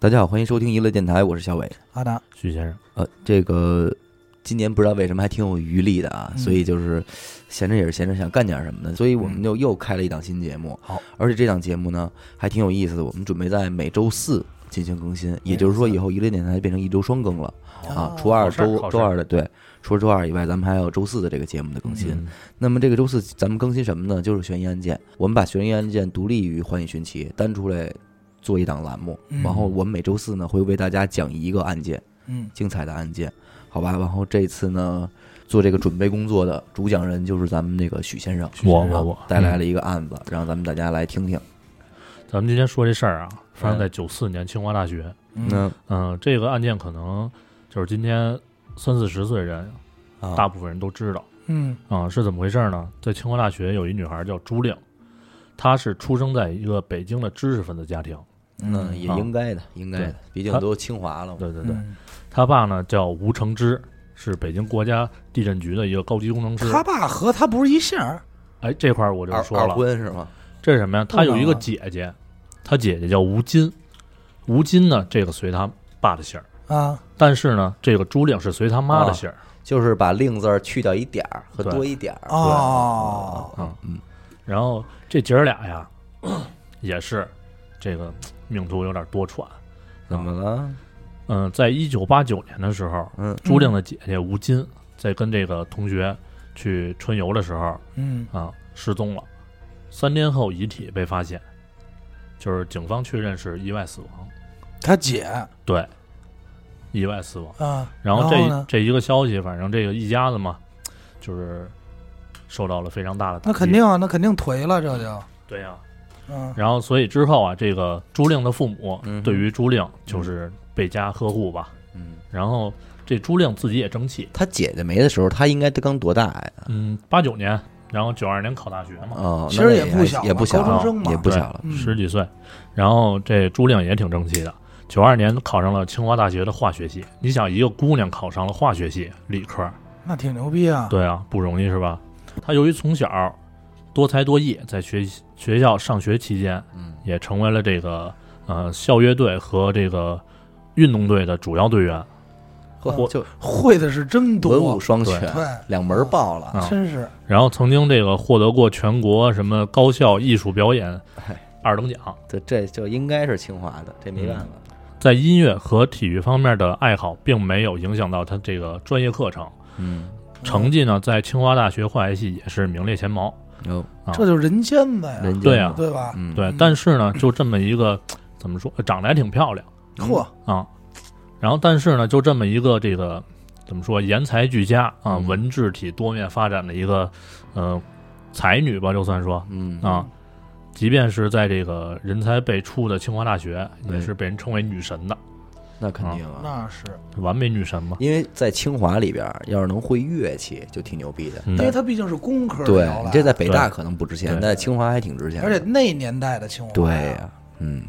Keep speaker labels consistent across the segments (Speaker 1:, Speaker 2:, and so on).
Speaker 1: 大家好，欢迎收听娱乐电台，我是小伟。
Speaker 2: 阿达，
Speaker 3: 徐先生，
Speaker 1: 呃，这个今年不知道为什么还挺有余力的啊，
Speaker 2: 嗯
Speaker 1: 所以就是闲着也是闲着，想干点什么的，所以我们就又开了一档新节目。
Speaker 2: 好，
Speaker 1: 而且这档节目呢还挺有意思的，我们准备在每周四进行更新，也就是说以后娱乐电台变成一周双更了啊
Speaker 2: 哦，
Speaker 1: 除二
Speaker 3: 好事儿
Speaker 1: 周
Speaker 3: 好事
Speaker 1: 周
Speaker 3: 儿
Speaker 1: 二的对，除了周二以外，咱们还有周四的这个节目的更新。
Speaker 3: 嗯
Speaker 1: 那么这个周四咱们更新什么呢？就是悬疑案件，我们把悬疑案件独立于《幻影寻奇》，单出来做一档栏目。
Speaker 2: 嗯
Speaker 1: 然后我们每周四呢会为大家讲一个案件，
Speaker 2: 嗯，
Speaker 1: 精彩的案件，好吧？然后这次呢做这个准备工作的主讲人就是咱们那个许先生，
Speaker 3: 我我我
Speaker 1: 带来了一个案子，让咱们大家来听听。
Speaker 3: 咱们今天说这事儿啊，发生在九四年清华大学。
Speaker 1: 那
Speaker 3: 嗯、这个案件可能就是今天三四十岁人，
Speaker 1: 啊
Speaker 3: 大部分人都知道
Speaker 2: 嗯
Speaker 3: 啊、是怎么回事呢？在清华大学有一女孩叫朱令，她是出生在一个北京的知识分子家庭。
Speaker 1: 那嗯也应该的，应该的，毕竟都清华了嘛。
Speaker 3: 嗯啊对对对，
Speaker 2: 嗯
Speaker 3: 她爸呢叫吴承之，是北京国家地震局的一个高级工程师。
Speaker 2: 他爸和他不是一姓儿，
Speaker 3: 哎，这块儿我就
Speaker 1: 二
Speaker 3: 说
Speaker 1: 二
Speaker 3: 了，
Speaker 1: 婚是吗？
Speaker 3: 这是什么呀？他有一
Speaker 2: 不
Speaker 3: 个
Speaker 2: 能啊
Speaker 3: 姐姐，他姐姐叫吴金，吴金呢，这个随他爸的姓儿，
Speaker 2: 啊，
Speaker 3: 但是呢，这个朱令是随他妈的姓儿。
Speaker 1: 就是把“令”字儿去掉一点儿和
Speaker 3: 对啊
Speaker 1: 多一点儿。
Speaker 2: 哦
Speaker 1: 对，嗯
Speaker 3: 然后这姐儿俩呀， 也是这个命途有点多舛。
Speaker 1: 怎么了？
Speaker 3: 嗯，在一九八九年的时候，
Speaker 1: 嗯
Speaker 3: 朱令的姐姐吴金在跟这个同学去春游的时候
Speaker 2: 嗯
Speaker 3: 啊，失踪了。三天后，遗体被发现，就是警方确认是意外死亡。
Speaker 2: 他姐
Speaker 3: 对，意外死亡。
Speaker 2: 啊，
Speaker 3: 然
Speaker 2: 后
Speaker 3: 后这
Speaker 2: 呢？
Speaker 3: 这一个消息，反正这个一家子嘛，就是受到了非常大的打击。
Speaker 2: 那肯定啊，那肯定颓了，这就，
Speaker 3: 对呀、
Speaker 2: 嗯
Speaker 3: 然后所以之后啊，这个朱令的父母
Speaker 1: 嗯哼
Speaker 3: 对于朱令就是倍加呵护吧。
Speaker 1: 嗯，
Speaker 3: 然后这朱令自己也争气，
Speaker 1: 他姐姐没的时候，他应该刚多大呀？
Speaker 3: 嗯，八九年，然后九二年考大学嘛，
Speaker 1: 哦，
Speaker 2: 嗯其
Speaker 1: 那
Speaker 2: 实
Speaker 1: 也
Speaker 2: 也不小
Speaker 1: 也
Speaker 2: 了
Speaker 1: 不小
Speaker 2: 高
Speaker 1: 了
Speaker 2: 中生嘛
Speaker 1: 也不小了。
Speaker 2: 嗯
Speaker 3: 十几岁。然后这朱令也挺争气的，九二年考上了清华大学的化学系。你想，一个姑娘考上了化学系理科，
Speaker 2: 那挺牛逼啊，
Speaker 3: 对啊，不容易是吧？他由于从小多才多艺，在学习学校上学期间，
Speaker 1: 嗯，
Speaker 3: 也成为了这个呃校乐队和这个运动队的主要队员。
Speaker 1: 呵，
Speaker 3: 我
Speaker 1: 就
Speaker 2: 会的是真
Speaker 1: 文
Speaker 2: 多
Speaker 1: 武，双全，
Speaker 2: 对，
Speaker 1: 两门爆了。
Speaker 3: 啊
Speaker 2: 真是，
Speaker 3: 然后曾经这个获得过全国什么高校艺术表演
Speaker 1: 哎，
Speaker 3: 二等奖。
Speaker 1: 这这就应该是清华的，这没办法。
Speaker 3: 在音乐和体育方面的爱好，并没有影响到他这个专业课程
Speaker 1: 嗯，
Speaker 3: 成绩呢，在清华大学化学系也是名列前茅。
Speaker 1: 嗯有
Speaker 3: 啊
Speaker 2: 这就是人间的呀，
Speaker 1: 人
Speaker 3: 对啊
Speaker 2: 对吧？
Speaker 1: 哎嗯，
Speaker 3: 对
Speaker 2: 嗯，
Speaker 3: 但 是呢，就这么一个怎么说，长得还挺漂亮。
Speaker 2: 嚯，
Speaker 3: 啊。然后，但是呢，就这么一个这个怎么说，言才俱佳啊，
Speaker 1: 嗯
Speaker 3: 文治体多面发展的一个呃才女吧，就算说
Speaker 1: 嗯
Speaker 3: 啊，即便是在这个人才辈出的清华大学，
Speaker 1: 对
Speaker 3: 也是被人称为女神的，
Speaker 1: 那肯定啊，
Speaker 2: 嗯那是，
Speaker 3: 完美女神嘛。
Speaker 1: 因为在清华里边儿，要是能会乐器就挺牛逼的。
Speaker 3: 嗯
Speaker 2: 因为他毕竟是工科
Speaker 1: 对
Speaker 2: 聊
Speaker 1: 你
Speaker 2: 来
Speaker 1: 这在北大可能不值钱，
Speaker 3: 对
Speaker 1: 但在清华还挺值钱的。
Speaker 2: 而且那年代的清华，
Speaker 1: 对呀，嗯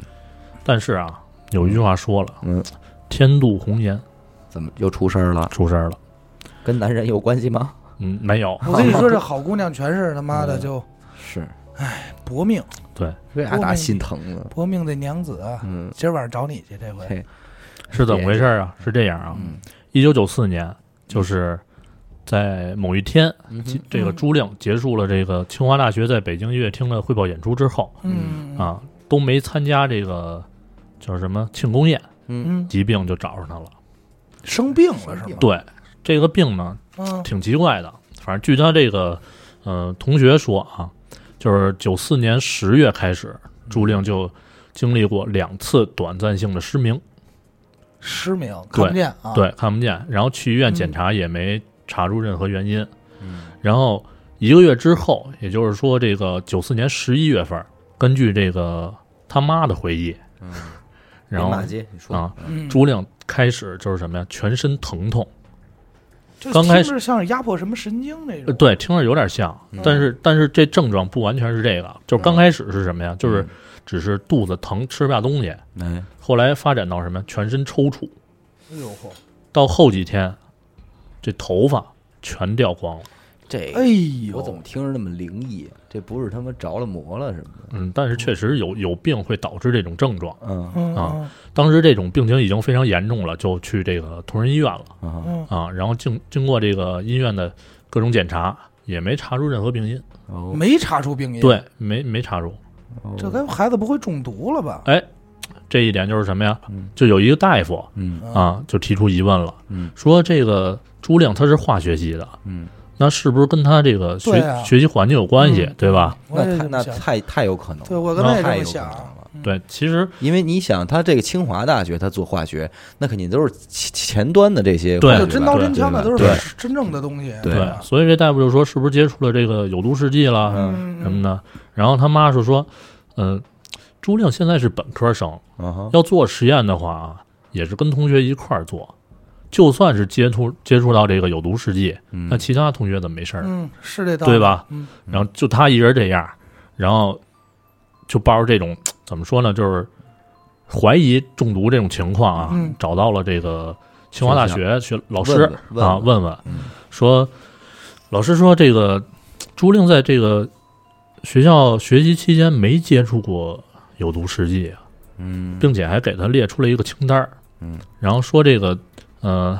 Speaker 3: 但是啊，有一句话说了，
Speaker 1: 嗯，
Speaker 3: 天妒红颜，
Speaker 1: 怎么又出事儿了？
Speaker 3: 出事儿了。
Speaker 1: 跟男人有关系吗？
Speaker 3: 嗯，没有，
Speaker 2: 我跟你说，这好姑娘全是他妈
Speaker 3: 嗯
Speaker 2: 的就
Speaker 1: 是，
Speaker 2: 薄命，
Speaker 3: 对，
Speaker 1: 为啥打心疼呢？
Speaker 2: 薄命的娘子啊，
Speaker 1: 嗯，
Speaker 2: 今儿晚上找你去，这回
Speaker 1: 嘿，
Speaker 3: 是怎么回事儿啊？是这样啊，
Speaker 1: 嗯
Speaker 3: 一九九四年，就是在某一天，
Speaker 1: 嗯
Speaker 3: 其
Speaker 1: 哼
Speaker 3: 这个朱令结束了这个清华大学在北京音乐厅的汇报演出之后
Speaker 2: 嗯，
Speaker 3: 啊，都没参加这个叫什么庆功宴，
Speaker 1: 嗯，
Speaker 2: 嗯，
Speaker 3: 疾病就找上他了。
Speaker 2: 生病了是
Speaker 1: 生病
Speaker 2: 吗
Speaker 1: 了？
Speaker 3: 对，这个病呢
Speaker 2: 嗯，
Speaker 3: 挺奇怪的，反正据他这个呃同学说啊，就是九四年十月开始，朱令就经历过两次短暂性的失明，
Speaker 2: 失明，看不见啊。，
Speaker 3: 对，看不见，然后去医院检查也没查出任何原因，
Speaker 1: 嗯
Speaker 3: 然后一个月之后，也就是说这个九四年十一月份，根据这个他妈的回忆，
Speaker 1: 嗯，
Speaker 3: 然后
Speaker 1: 马街，你说
Speaker 3: 啊，
Speaker 2: 嗯，
Speaker 3: 朱令开始就是什么呀，全身疼痛，
Speaker 2: 这
Speaker 3: 刚开始
Speaker 2: 听着像是压迫什么神经那
Speaker 3: 呃
Speaker 2: 种。
Speaker 3: 对，听着有点像，
Speaker 1: 嗯
Speaker 3: 但是但是这症状不完全是这个，就是刚开始是什么呀，就是
Speaker 1: 嗯
Speaker 3: 只是肚子疼，吃不下东西，
Speaker 1: 哎，
Speaker 3: 后来发展到什么呀，全身抽搐，
Speaker 2: 哎呦嚯，
Speaker 3: 到后几天，这头发全掉光了，
Speaker 1: 这
Speaker 2: 哎呦，
Speaker 1: 我怎
Speaker 3: 啊
Speaker 1: 么听着那么灵异？啊这不是他妈着了魔了什么的？
Speaker 3: 嗯，但是确实有有病会导致这种症状。
Speaker 1: 嗯
Speaker 2: 嗯
Speaker 3: 啊当时这种病情已经非常严重了，就去这个同仁医院了
Speaker 1: 啊
Speaker 2: 嗯
Speaker 3: 啊。然后经经过这个医院的各种检查，也没查出任何病因。
Speaker 1: 哦
Speaker 2: 嗯，，没查出病因，，
Speaker 3: 对，没没查出。
Speaker 1: 哦
Speaker 2: 这该孩子不会中毒了吧？
Speaker 3: 哎，这一点就是什么呀
Speaker 1: 嗯？
Speaker 3: 就有一个大夫
Speaker 1: 嗯
Speaker 3: 啊，就提出疑问了
Speaker 1: 嗯，
Speaker 3: 说这个朱令他是化学系的，
Speaker 1: 嗯，
Speaker 3: 那是不是跟他这个学、
Speaker 2: 对啊
Speaker 3: 学习环境有关系，
Speaker 2: 嗯
Speaker 3: 对吧？
Speaker 2: 我也
Speaker 1: 那太
Speaker 2: 这
Speaker 1: 那
Speaker 2: 么想，
Speaker 1: 太太有可能
Speaker 2: 对
Speaker 1: 了，
Speaker 2: 我刚才也这
Speaker 1: 太
Speaker 2: 么
Speaker 1: 有可能
Speaker 2: 想，啊
Speaker 1: 了。
Speaker 3: 对，其实
Speaker 1: 因为你想，他这个清华大学，他做化学，那肯定都是前前端的这些
Speaker 3: 对
Speaker 1: 化学
Speaker 2: 就
Speaker 1: 吧
Speaker 2: 真刀真枪的
Speaker 1: 对
Speaker 2: 都
Speaker 1: 吧
Speaker 3: 对
Speaker 2: 是真正的东西，
Speaker 1: 对啊
Speaker 3: 对，所以这大夫就说是不是接触了这个有毒试剂啦、
Speaker 2: 嗯
Speaker 3: 什么的？然后他妈是说，嗯、朱令现在是本科生，
Speaker 1: 对啊哈
Speaker 3: 要做实验的话啊，也是跟同学一块儿做。就算是接触接触到这个有毒试剂，
Speaker 1: 嗯
Speaker 3: 那其他同学怎么没事儿呢？
Speaker 2: 嗯，是这道理
Speaker 3: 对？吧？
Speaker 2: 嗯
Speaker 3: 然后就他一人这样，然后就抱着这种怎么说呢，就是怀疑中毒这种情况啊，
Speaker 2: 嗯
Speaker 3: 找到了这个清华大学学老师
Speaker 1: 问问
Speaker 3: 啊，
Speaker 1: 问
Speaker 3: 问问
Speaker 1: 嗯
Speaker 3: 说，老师说这个朱令在这个学校学习期间没接触过有毒试剂，啊
Speaker 1: 嗯，
Speaker 3: 并且还给他列出了一个清单儿
Speaker 1: 嗯，
Speaker 3: 然后说这个呃，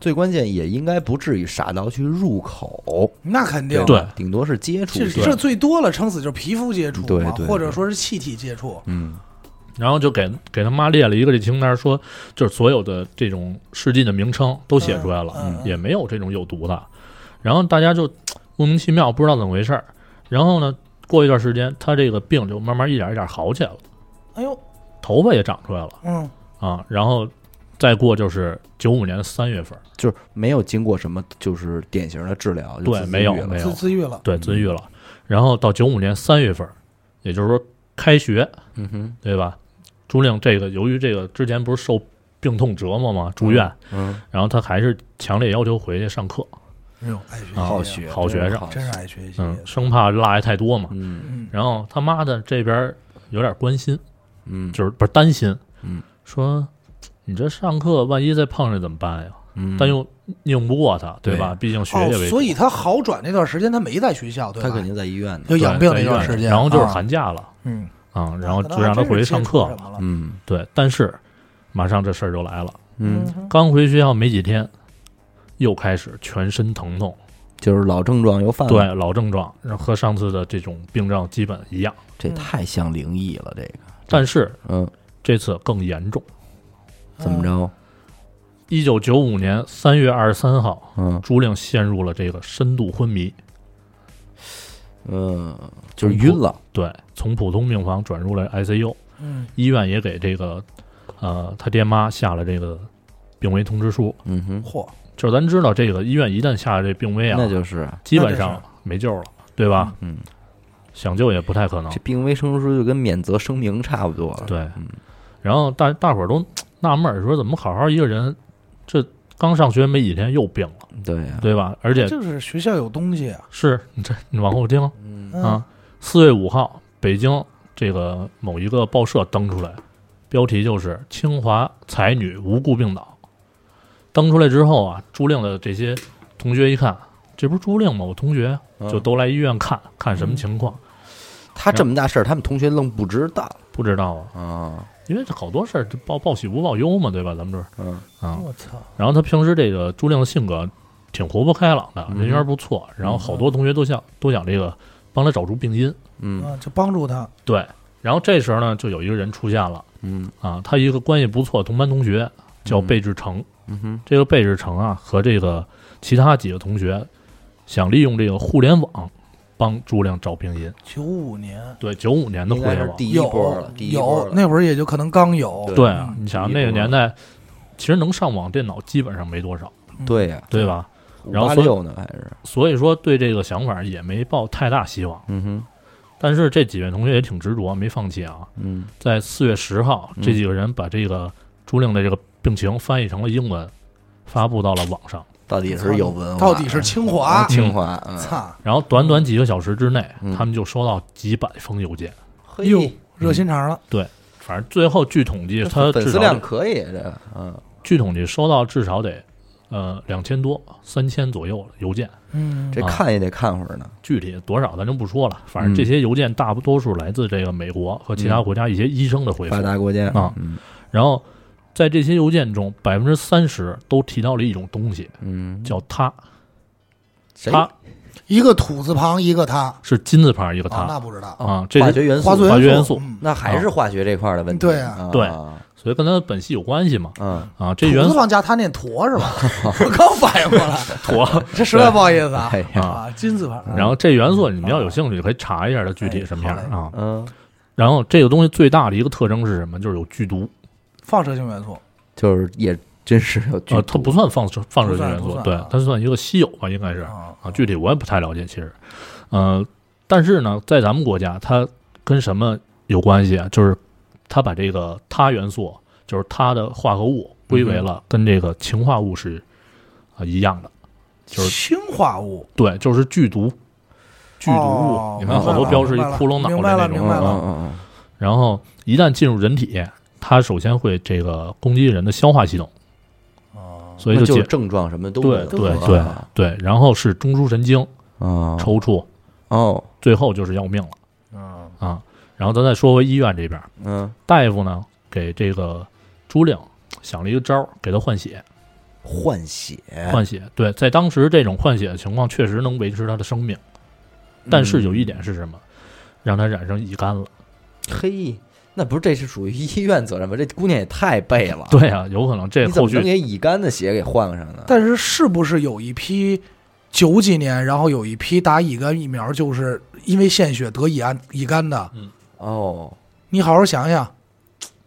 Speaker 1: 最关键也应该不至于傻到去入口，
Speaker 2: 那肯定，
Speaker 3: 对
Speaker 1: 吧顶多是接触
Speaker 2: 这
Speaker 1: 一下，
Speaker 2: 这最多了，撑死就是皮肤接触
Speaker 1: 对
Speaker 2: 嘛
Speaker 1: 对，
Speaker 2: 或者说是气体接触，
Speaker 1: 嗯
Speaker 3: 然后就给给他妈列了一个这清单，说就是所有的这种试剂的名称都写出来了，
Speaker 2: 嗯嗯
Speaker 3: 也没有这种有毒的。然后大家就莫名其妙，不知道怎么回事儿。然后呢，过一段时间，他这个病就慢慢一点一点好起来了，
Speaker 2: 哎呦，
Speaker 3: 头发也长出来了
Speaker 2: 嗯，
Speaker 3: 啊。然后再过就是九五年三月份，
Speaker 1: 就是没有经过什么就是典型的治疗，就
Speaker 3: 对
Speaker 1: 自愈
Speaker 3: 没有
Speaker 1: 了
Speaker 3: 没有
Speaker 2: 自自愈了，
Speaker 3: 对，自愈了。然后到九五年三月份，也就是说开学，
Speaker 1: 嗯哼，
Speaker 3: 对吧？朱令这个由于这个之前不是受病痛折磨嘛，住院，
Speaker 1: 嗯，
Speaker 3: 然后他还是强烈要求回去上课。
Speaker 2: 哎呦，爱学习，
Speaker 1: 好学，
Speaker 3: 好学生
Speaker 2: 真是爱学习，
Speaker 3: 嗯，生怕落下太多嘛。
Speaker 1: 嗯
Speaker 2: 嗯，
Speaker 3: 然后他妈的这边有点关心，
Speaker 1: 嗯
Speaker 3: 就是不是担心，
Speaker 1: 嗯，
Speaker 3: 说你这上课万一再碰上怎么办呀？
Speaker 1: 嗯，
Speaker 3: 但又拧不过他，对吧？
Speaker 1: 对
Speaker 3: 毕竟学业
Speaker 2: 哦
Speaker 3: 为，主，
Speaker 2: 所以他好转那段时间他没在学校，对吧？
Speaker 1: 他肯定在医院呢，
Speaker 2: 就
Speaker 3: 对
Speaker 2: 养病
Speaker 3: 在
Speaker 2: 那
Speaker 3: 医
Speaker 2: 段
Speaker 3: 院
Speaker 2: 时间，
Speaker 3: 然后就是
Speaker 2: 啊
Speaker 3: 寒假了
Speaker 2: 嗯，
Speaker 3: 啊，然后就让他回去上
Speaker 2: 那可能还真是接触
Speaker 3: 课。
Speaker 2: 什么了
Speaker 1: 嗯
Speaker 3: 对，但是马上这事儿就来了，
Speaker 1: 嗯，
Speaker 2: 嗯
Speaker 3: 刚回学校没几天，又开始全身疼痛，
Speaker 1: 就是老症状又犯
Speaker 2: 嗯
Speaker 1: 了，
Speaker 3: 对老症状，然后和上次的这种病症基本一样，
Speaker 1: 这太像灵异了，这个，
Speaker 3: 但是
Speaker 1: 嗯，
Speaker 3: 这次更严重。
Speaker 1: 怎么？着？
Speaker 3: 一九九五年三月二十三号，
Speaker 1: 嗯
Speaker 3: 朱令陷入了这个深度昏迷，
Speaker 1: 嗯，就是晕了，
Speaker 3: 对，从普通病房转入了 ICU，
Speaker 2: 嗯
Speaker 3: 医院也给这个呃他爹妈下了这个病危通知书。
Speaker 1: 嗯哼，
Speaker 2: 嚯，
Speaker 3: 就是咱知道，这个医院一旦下了这病危啊，
Speaker 1: 那就是
Speaker 3: 基本上没救了，对吧？
Speaker 1: 嗯，
Speaker 3: 想救也不太可能
Speaker 1: 这。病危生书就跟免责声明差不多了，
Speaker 3: 对
Speaker 1: 嗯，
Speaker 3: 然后大大伙儿都纳闷儿，说怎么好好一个人，这刚上学没几天又病了，
Speaker 1: 对呀，
Speaker 3: 对吧？而且
Speaker 2: 就是学校有东西啊，
Speaker 3: 是你这你往后听，
Speaker 1: 嗯
Speaker 2: 嗯
Speaker 3: 啊，四月五号，北京这个某一个报社登出来，标题就是“清华才女无故病倒”。登出来之后啊，朱令的这些同学一看，这不是朱令吗？我同学
Speaker 1: 嗯
Speaker 3: 就都来医院看看什么情况，
Speaker 1: 他这么大事儿，他们同学愣不知道
Speaker 3: 不知道啊，
Speaker 1: 啊，
Speaker 3: 因为这好多事儿就报报喜不报忧嘛，对吧？咱们这儿
Speaker 1: 嗯
Speaker 3: 啊，
Speaker 2: 我操，
Speaker 3: 然后他平时这个朱令的性格挺活泼开朗的，
Speaker 1: 嗯
Speaker 3: 人缘不错，然后好多同学都想都想这个帮他找出病因，
Speaker 1: 嗯
Speaker 2: 啊，就帮助他，
Speaker 3: 对。然后这时候呢，就有一个人出现了。
Speaker 1: 嗯
Speaker 3: 啊，他一个关系不错的同班同学叫贝志成，
Speaker 1: 嗯哼，
Speaker 3: 这个贝志成啊和这个其他几个同学想利用这个互联网帮朱亮找病因。
Speaker 2: 九五年
Speaker 3: 对，九五年的
Speaker 1: 应
Speaker 3: 互
Speaker 1: 该
Speaker 3: 联
Speaker 1: 是
Speaker 3: 网，
Speaker 1: 第一
Speaker 2: 有
Speaker 1: 波了，第一波
Speaker 2: 有
Speaker 1: 了，
Speaker 2: 那会儿也就可能刚有，
Speaker 3: 对啊
Speaker 2: 嗯
Speaker 3: 你想
Speaker 1: 第一
Speaker 3: 那个
Speaker 1: 波
Speaker 3: 年代，其实能上网电脑基本上没多少，
Speaker 1: 对呀，
Speaker 3: 对吧？
Speaker 1: 五
Speaker 3: 然后
Speaker 1: 八
Speaker 3: 所以
Speaker 1: 六呢还是，
Speaker 3: 所以说对这个想法也没抱太大希望。
Speaker 1: 嗯哼，
Speaker 3: 但是这几位同学也挺执着，没放弃啊。
Speaker 1: 嗯
Speaker 3: 在四月十号，这几个人把这个朱令的这个病情翻译成了英文，发布到了网上。，
Speaker 1: 到底是有文化，
Speaker 2: 到底是清华，
Speaker 1: 清华，嗯
Speaker 2: 操，
Speaker 3: 然后短短几个小时之内，
Speaker 1: 嗯
Speaker 3: 他们就收到几百封邮件。
Speaker 1: 嘿
Speaker 2: 哟，热心肠了，
Speaker 3: 反正最后据统计，他
Speaker 1: 粉丝
Speaker 3: 至少
Speaker 1: 量可以，这个嗯
Speaker 3: 据统计收到至少得呃两千多、三千左右了邮件，
Speaker 2: 嗯，
Speaker 1: 这看也得看会儿呢。
Speaker 3: 具体多少咱就不说了，反
Speaker 1: 嗯
Speaker 3: 正这些邮件大多数来自这个美国和其他国家一些医生的回复。
Speaker 1: 发达国家
Speaker 3: 啊，
Speaker 1: 嗯
Speaker 3: 然后在这些邮件中，百分之三十都提到了一种东西，
Speaker 1: 嗯，
Speaker 3: 叫它，
Speaker 1: 谁
Speaker 3: 他
Speaker 2: 一个土字旁，一个他，
Speaker 3: 是金字旁一个
Speaker 2: 啊，
Speaker 1: 哦
Speaker 3: 它
Speaker 2: 那不知道，
Speaker 3: 啊，这
Speaker 1: 化
Speaker 3: 是
Speaker 1: 学元素
Speaker 2: 化，
Speaker 3: 化
Speaker 2: 学
Speaker 3: 学元素
Speaker 2: 嗯
Speaker 1: 那还是化学这块儿的问题。
Speaker 2: 对啊
Speaker 1: 啊，
Speaker 3: 对所以跟它的本系有关系嘛
Speaker 1: 嗯，
Speaker 3: 啊，这元
Speaker 2: 土字
Speaker 3: 素
Speaker 2: 旁加他念驼是 吧？我刚反应过来，
Speaker 3: 妥
Speaker 2: 这实在不好意思啊
Speaker 1: 哎呀，
Speaker 3: 啊。
Speaker 2: 啊，金字旁，
Speaker 3: 然后这元素你们要有兴趣可以查一下它具体什么样
Speaker 2: 哎
Speaker 3: 啊。
Speaker 1: 嗯，
Speaker 3: 然后这个东西最大的一个特征是什么？就是有剧毒
Speaker 2: 放射性元素，
Speaker 1: 就是也真是有剧
Speaker 3: 啊，它不算放射放射性元
Speaker 2: 不
Speaker 3: 素，
Speaker 2: 算
Speaker 3: 对
Speaker 2: 啊，
Speaker 3: 它算一个稀有吧，应该是
Speaker 2: 啊
Speaker 3: 啊，具体我也不太了解，其实，呃，但是呢，在咱们国家，它跟什么有关系啊？就是它把这个它元素，就是它的化合物归为
Speaker 2: 嗯
Speaker 3: 了跟这个氰化物是啊、一样的，就是
Speaker 2: 氢化物，
Speaker 3: 对，就是剧毒剧毒物，
Speaker 2: 哦
Speaker 3: 你看好多标示一骷髅脑
Speaker 2: 明白了
Speaker 3: 袋那
Speaker 2: 明
Speaker 3: 种
Speaker 2: 白了
Speaker 1: 嗯嗯
Speaker 3: 然后一旦进入人体，它首先会这个攻击人的消化系统，
Speaker 2: 哦
Speaker 1: 嗯，
Speaker 3: 所以就
Speaker 1: 那是
Speaker 3: 解
Speaker 1: 症状什么都
Speaker 3: 对
Speaker 1: 有
Speaker 3: 对
Speaker 1: 啊
Speaker 3: 对对，然后是中枢神经
Speaker 1: 啊
Speaker 3: 抽搐，
Speaker 1: 哦
Speaker 3: 最后就是要命了
Speaker 2: 嗯，
Speaker 3: 啊。然后咱再说回医院这边，
Speaker 1: 嗯
Speaker 3: 大夫呢给这个朱令想了一个招儿，给他换血，
Speaker 1: 换血，
Speaker 3: 换血。对，在当时这种换血的情况，确实能维持他的生命，
Speaker 1: 嗯
Speaker 3: 但是有一点是什么？让他染上乙肝了。
Speaker 1: 嘿，那不是这是属于医院责任吧？这姑娘也太背了，，
Speaker 3: 对啊，有可能这
Speaker 1: 你怎
Speaker 3: 后
Speaker 1: 么能
Speaker 3: 续
Speaker 1: 给乙肝的血给换上呢？
Speaker 2: 但是是不是有一批九几年，然后有一批打乙肝疫苗，就是因为献血得乙胺乙肝的？
Speaker 1: 哦，
Speaker 2: 你好好想想，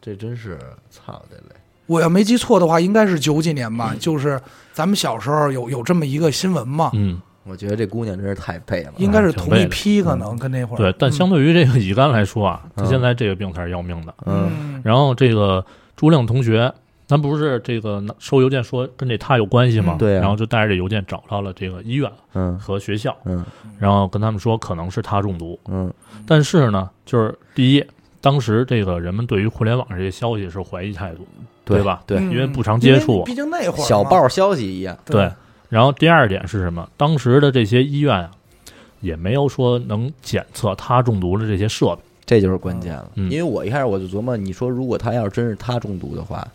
Speaker 1: 这真是操的嘞！
Speaker 2: 我要没记错的话，应该是九几年吧，就是咱们小时候有有这么一个新闻嘛，
Speaker 3: 嗯。
Speaker 1: 我觉得这姑娘真是太配了，啊
Speaker 2: 应该是
Speaker 3: 挺
Speaker 2: 同
Speaker 3: 背
Speaker 2: 一
Speaker 3: 的嗯
Speaker 2: 批，可能跟那会儿
Speaker 3: 对，但相对于这个乙肝来说啊，他
Speaker 1: 嗯
Speaker 3: 现在这个病才是要命的。
Speaker 1: 嗯
Speaker 2: 嗯
Speaker 3: 然后这个朱亮同学，咱不是这个拿收邮件说跟这他有关系吗？
Speaker 2: 嗯
Speaker 1: 对啊
Speaker 3: 然后就带着这邮件找到了这个医院
Speaker 1: 嗯
Speaker 3: 和学校，
Speaker 1: 嗯
Speaker 3: 然后跟他们说可能是他中毒，
Speaker 1: 嗯
Speaker 3: 但是呢，就是第一。当时这个人们对于互联网这些消息是怀疑态度，对吧
Speaker 1: 对，
Speaker 2: 嗯
Speaker 3: 因为不常接触
Speaker 2: 因为毕竟那会儿嘛
Speaker 1: 小报消息一样，
Speaker 3: 对。然后第二点是什么？当时的这些医院啊，也没有说能检测他中毒的这些设备。
Speaker 1: 这就是关键了。
Speaker 3: 嗯
Speaker 1: 因为我一开始我就琢磨，你说如果她要是真是她中毒的话，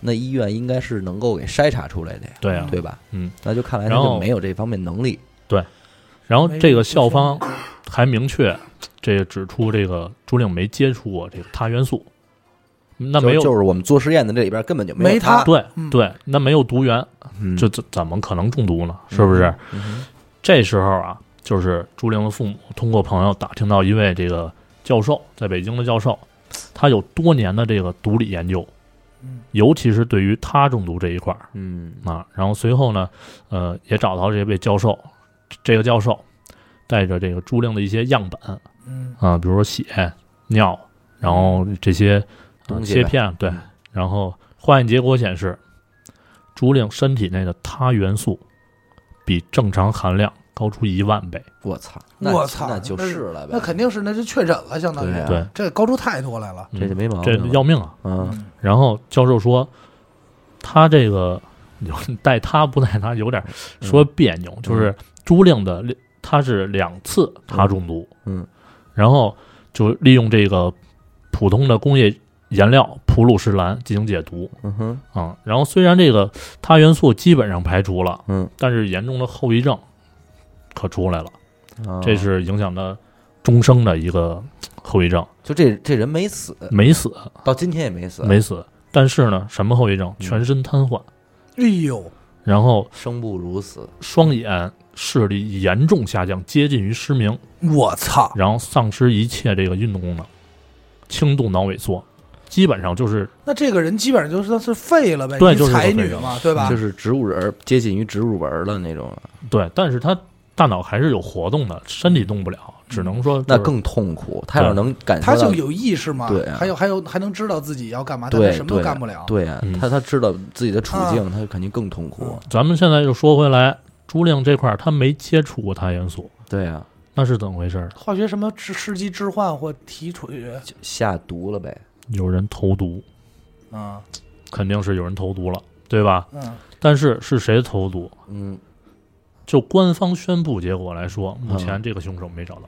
Speaker 1: 那医院应该是能够给筛查出来的呀，
Speaker 3: 对啊，
Speaker 1: 对吧？
Speaker 3: 嗯，
Speaker 1: 那就看来她
Speaker 3: 然后
Speaker 1: 就没有这方面能力。
Speaker 3: 然后这个校方还明确这个指出，这个朱令没接触过这个他元素，那
Speaker 1: 就
Speaker 3: 没有、
Speaker 1: 就是我们做实验的这里边根本就有
Speaker 2: 没她
Speaker 1: 她，
Speaker 3: 对、
Speaker 2: 嗯
Speaker 3: 对，那没有毒源，
Speaker 1: 嗯
Speaker 3: 这怎怎么可能中毒呢？是不是？
Speaker 1: 嗯哼
Speaker 3: 这时候啊，就是朱令的父母通过朋友打听到一位这个教授，在北京的教授，他有多年的这个毒理研究
Speaker 2: 嗯，
Speaker 3: 尤其是对于他中毒这一块儿
Speaker 1: 嗯
Speaker 3: 啊。然后随后呢，呃，也找到这位教授，这个教授带着这个朱令的一些样本。
Speaker 2: 嗯，
Speaker 3: 啊，比如说血、尿，然后这些、呃、
Speaker 1: 嗯东西呗
Speaker 3: 切片，对
Speaker 1: 嗯，
Speaker 3: 然后化验结果显示，猪令身体内的他元素比正常含量高出一万倍。
Speaker 1: 我操，那
Speaker 2: 我操，
Speaker 1: 那就是了呗，
Speaker 2: 那肯定是那是确诊了，相当于
Speaker 1: 对啊
Speaker 3: 对，
Speaker 2: 这高出太多来了。
Speaker 3: 嗯
Speaker 1: 这就没毛病
Speaker 3: 这
Speaker 1: 了。
Speaker 3: 要命啊！
Speaker 1: 嗯，
Speaker 3: 然后教授说，他这个 有带他不带他有点儿
Speaker 1: 嗯
Speaker 3: 说别扭，就是猪令的他是两次他中毒，
Speaker 1: 嗯，
Speaker 3: 然后就利用这个普通的工业颜料普鲁士蓝进行解毒，
Speaker 1: 嗯哼，
Speaker 3: 啊、然后虽然这个他元素基本上排除了，
Speaker 1: 嗯，
Speaker 3: 但是严重的后遗症可出来了，
Speaker 1: 啊
Speaker 3: 这是影响他终生的一个后遗症，
Speaker 1: 就这这人没死，
Speaker 3: 没死，
Speaker 1: 到今天也没死，
Speaker 3: 没死，但是呢，什么后遗症？全身瘫痪，
Speaker 2: 哎呦，
Speaker 3: 然后
Speaker 1: 生不如死，
Speaker 3: 双眼视力严重下降，接近于失明，
Speaker 2: 我操！
Speaker 3: 然后丧失一切这个运动功能，轻度脑萎缩，基本上就是
Speaker 2: 那这个人基本上就算是废了呗，
Speaker 3: 对
Speaker 2: 一
Speaker 3: 就是
Speaker 2: 才
Speaker 3: 个废
Speaker 2: 女
Speaker 3: 人
Speaker 2: 嘛，对吧
Speaker 1: 就？是植物人儿接近于植物纹儿了那种了，
Speaker 3: 对，但是他大脑还是有活动的，身体动不了，只能说、
Speaker 1: 那。更痛苦。他要是能感受
Speaker 2: 他
Speaker 1: 到，
Speaker 2: 就有意识嘛，
Speaker 1: 对啊
Speaker 2: 还有还有还能知道自己要干嘛，但
Speaker 1: 对
Speaker 2: 他什么都
Speaker 1: 对
Speaker 2: 干不了。
Speaker 1: 对呀啊
Speaker 3: 嗯，
Speaker 1: 他他知道自己的处境，他肯定更痛苦
Speaker 2: 嗯。
Speaker 3: 咱们现在就说回来，朱令这块儿他没接触过钛元素，
Speaker 1: 对啊呀，
Speaker 3: 那是怎么回事儿？
Speaker 2: 化学什么制试剂置换或提取
Speaker 1: 就下毒了呗。
Speaker 3: 有人投毒，
Speaker 2: 啊，
Speaker 3: 肯定是有人投毒了，对吧？
Speaker 2: 嗯，
Speaker 3: 但是是谁投毒？
Speaker 1: 嗯，
Speaker 3: 就官方宣布结果来说，目前
Speaker 1: 嗯
Speaker 3: 这个凶手没找到，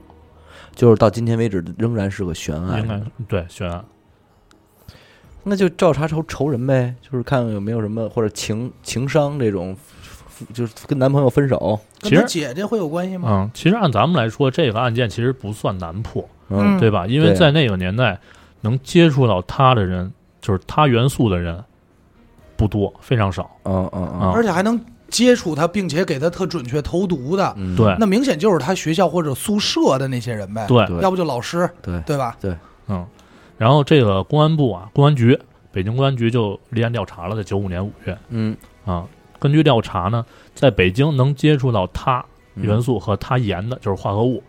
Speaker 1: 就是到今天为止仍然是个悬
Speaker 3: 应该
Speaker 1: 案，
Speaker 3: 对悬案。
Speaker 1: 那就照查仇仇人呗，就是看看有没有什么或者情情伤这种，就是跟男朋友分手，
Speaker 2: 跟
Speaker 3: 其
Speaker 2: 他
Speaker 3: 实
Speaker 2: 姐这会有关系吗？
Speaker 3: 嗯，其实按咱们来说，这个案件其实不算难破，
Speaker 1: 嗯
Speaker 2: 嗯
Speaker 3: 对吧？因为
Speaker 1: 对
Speaker 3: 在那个年代，能接触到他的人，就是他元素的人不多，非常少。
Speaker 1: 嗯嗯
Speaker 3: 啊
Speaker 1: 嗯
Speaker 2: 而且还能接触他，并且给他特准确投毒的，
Speaker 1: 嗯，
Speaker 3: 对
Speaker 2: 那明显就是他学校或者宿舍的那些人呗。
Speaker 3: 对，
Speaker 1: 哎对
Speaker 2: 要不就老师，
Speaker 1: 对
Speaker 2: 对吧？
Speaker 3: 嗯，然后这个公安部啊，公安局，北京公安局就立案调查了，在九五年五月
Speaker 1: 嗯，
Speaker 3: 啊。根据调查呢，在北京能接触到他
Speaker 1: 嗯
Speaker 3: 元素和他盐的，就是化合物，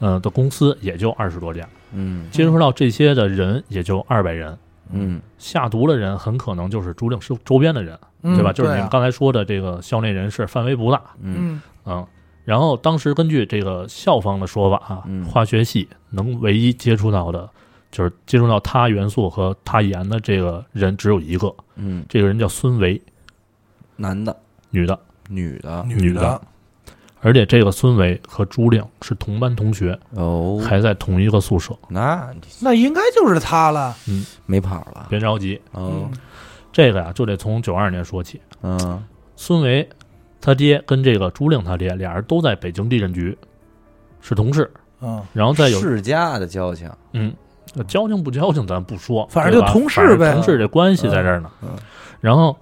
Speaker 3: 嗯、的公司也就二十多家，
Speaker 1: 嗯
Speaker 3: 接触到这些的人也就二百人。
Speaker 1: 嗯
Speaker 3: 下毒的人很可能就是朱令周周边的人，
Speaker 2: 嗯
Speaker 3: 对吧？就是你
Speaker 2: 啊
Speaker 3: 们刚才说的这个校内人士范围不大，
Speaker 1: 嗯
Speaker 2: 嗯
Speaker 3: 嗯。然后当时根据这个校方的说法啊
Speaker 1: 嗯，
Speaker 3: 化学系能唯一接触到的，就是接触到他元素和他盐的这个人只有一个，
Speaker 1: 嗯，
Speaker 3: 这个人叫孙维，
Speaker 1: 男的
Speaker 3: 女的，
Speaker 1: 女的
Speaker 3: 嗯女的而且这个孙维和朱令是同班同学，
Speaker 1: 哦，
Speaker 3: 还在同一个宿舍。
Speaker 1: 那你
Speaker 2: 那应该就是他了。
Speaker 1: 没跑了
Speaker 3: 别着急，
Speaker 1: 哦，
Speaker 3: 这个呀、就得从九二年说起。
Speaker 1: 嗯
Speaker 3: 孙维他爹跟这个朱令他爹俩人都在北京地震局，是同事。
Speaker 2: 嗯，
Speaker 3: 然后再有
Speaker 1: 世家的交情，
Speaker 3: 嗯，交情不交情咱不说，
Speaker 2: 反正
Speaker 3: 对
Speaker 2: 就
Speaker 3: 吧
Speaker 2: 同事
Speaker 3: 反正
Speaker 2: 呗
Speaker 3: 同事这关系在这儿呢。
Speaker 1: 嗯嗯
Speaker 3: 然后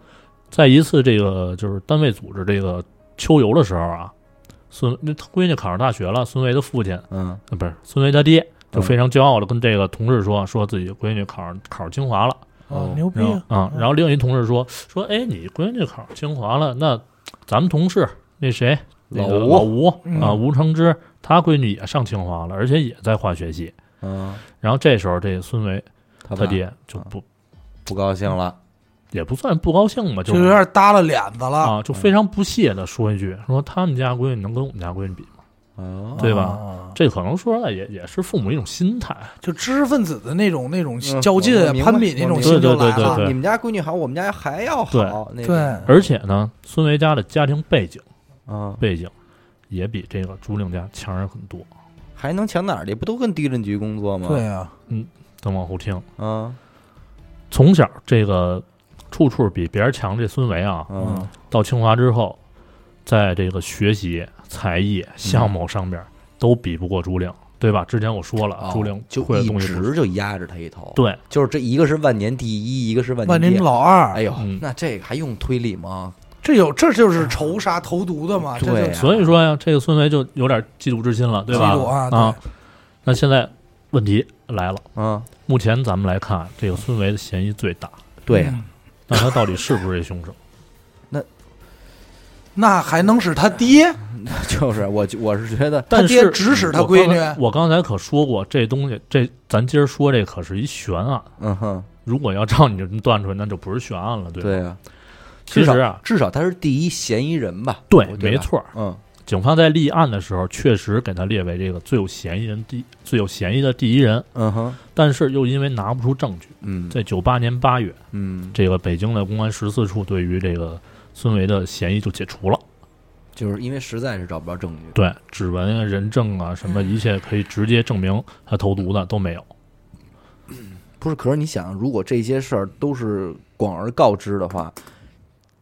Speaker 3: 在一次这个就是单位组织这个秋游的时候啊，孙那他闺女考上大学了，孙维的父亲
Speaker 1: 嗯
Speaker 3: 呃不是孙维他爹就
Speaker 1: 嗯
Speaker 3: 非常骄傲的跟这个同事说，说自己闺女考上考上清华了。
Speaker 2: 哦
Speaker 1: 哦，
Speaker 2: 牛逼
Speaker 3: 然后啊、
Speaker 2: 嗯
Speaker 3: 然后另一同事说说，哎，你闺女考上清华了，那咱们同事那谁那个
Speaker 1: 老吴
Speaker 3: 老吴啊、
Speaker 2: 嗯
Speaker 3: 吴承之，他闺女也上清华了，而且也在化学系。
Speaker 1: 嗯，
Speaker 3: 然后这时候这孙维
Speaker 1: 他
Speaker 3: 他
Speaker 1: 爸
Speaker 3: 爹啊就不
Speaker 1: 不高兴了，
Speaker 3: 也不算不高兴吧，
Speaker 2: 就
Speaker 3: 就
Speaker 2: 有点耷拉脸子了，
Speaker 1: 嗯
Speaker 3: 啊，就非常不屑的说一句，说他们家闺女能跟我们家闺女比吗？
Speaker 1: 哦，
Speaker 3: 对吧
Speaker 2: 啊
Speaker 3: 这可能说实在也也是父母一种心态，
Speaker 2: 就知识分子的那种那种
Speaker 1: 嗯
Speaker 2: 较劲、
Speaker 1: 我明白
Speaker 2: 攀比那
Speaker 1: 我
Speaker 2: 种
Speaker 1: 明
Speaker 3: 白
Speaker 2: 心就
Speaker 3: 对
Speaker 2: 来
Speaker 3: 对
Speaker 2: 了。
Speaker 3: 对
Speaker 1: 你们家闺女好，我们家还要好，那
Speaker 2: 对
Speaker 1: 个，
Speaker 3: 而且呢，孙维家的家庭背景
Speaker 1: 嗯，
Speaker 3: 背景也比这个朱令家强人很多。
Speaker 1: 还能抢哪儿去？不都跟地震局工作吗？
Speaker 2: 对，啊，
Speaker 3: 咱往后听，
Speaker 1: 嗯
Speaker 3: 从小这个处处比别人强，这孙维啊，
Speaker 1: 嗯
Speaker 3: 到清华之后，在这个学习、才艺、
Speaker 1: 嗯
Speaker 3: 相貌上面都比不过朱令，对吧？之前我说了，
Speaker 1: 哦
Speaker 3: 朱令
Speaker 1: 就
Speaker 3: 啊会的
Speaker 1: 一
Speaker 3: 东西不
Speaker 1: 直就压着他一头，，
Speaker 3: 对，
Speaker 1: 就是这一个是万年第一，一个是万
Speaker 2: 万
Speaker 1: 年
Speaker 2: 年
Speaker 1: 第二。
Speaker 2: 老二，
Speaker 1: 哎呦
Speaker 3: 嗯，
Speaker 1: 那这个还用推理吗？
Speaker 2: 这有这就是仇杀投毒的嘛？这就
Speaker 1: 对啊
Speaker 3: 所以说呀，这个孙维就有点嫉妒之心了，对吧？
Speaker 2: 嫉妒啊
Speaker 3: 那现在问题来了，
Speaker 1: 嗯，
Speaker 3: 目前咱们来看，这个孙维的嫌疑最大，
Speaker 1: 对呀，
Speaker 2: 嗯
Speaker 3: 那他到底是不是这凶手？
Speaker 2: 那还能使他爹？
Speaker 1: 就是我就我是觉得，
Speaker 3: 但
Speaker 2: 爹
Speaker 3: 是
Speaker 2: 指 使他
Speaker 3: 我
Speaker 2: 闺
Speaker 3: 刚才
Speaker 2: 女，
Speaker 3: 我刚才可说过，这东西这咱今儿说这可是一悬案，
Speaker 1: 嗯哼，
Speaker 3: 如果要照你这么断出来，那就不是悬案了，对吧？啊
Speaker 1: 对呀，
Speaker 3: 其
Speaker 1: 至
Speaker 3: 实
Speaker 1: 少
Speaker 3: 啊，
Speaker 1: 至少他是第一嫌疑人吧？
Speaker 3: 对，
Speaker 1: 吧
Speaker 3: 没，错儿，
Speaker 1: 嗯
Speaker 3: 警方在立案的时候确实给他列为这个最有嫌疑人第最有嫌疑的第一人，
Speaker 1: 嗯哼，
Speaker 3: 但是又因为拿不出证据，
Speaker 1: 嗯
Speaker 3: 在九八年八月。
Speaker 1: 嗯，
Speaker 3: 这个北京的公安十四处对于这个孙维的嫌疑就解除了，
Speaker 1: 就是因为实在是找不着证据，
Speaker 3: 对指纹啊、人证啊什么一切可以直接证明他投毒的都没有。
Speaker 1: 不是，可是你想，如果这些事儿都是广而告之的话，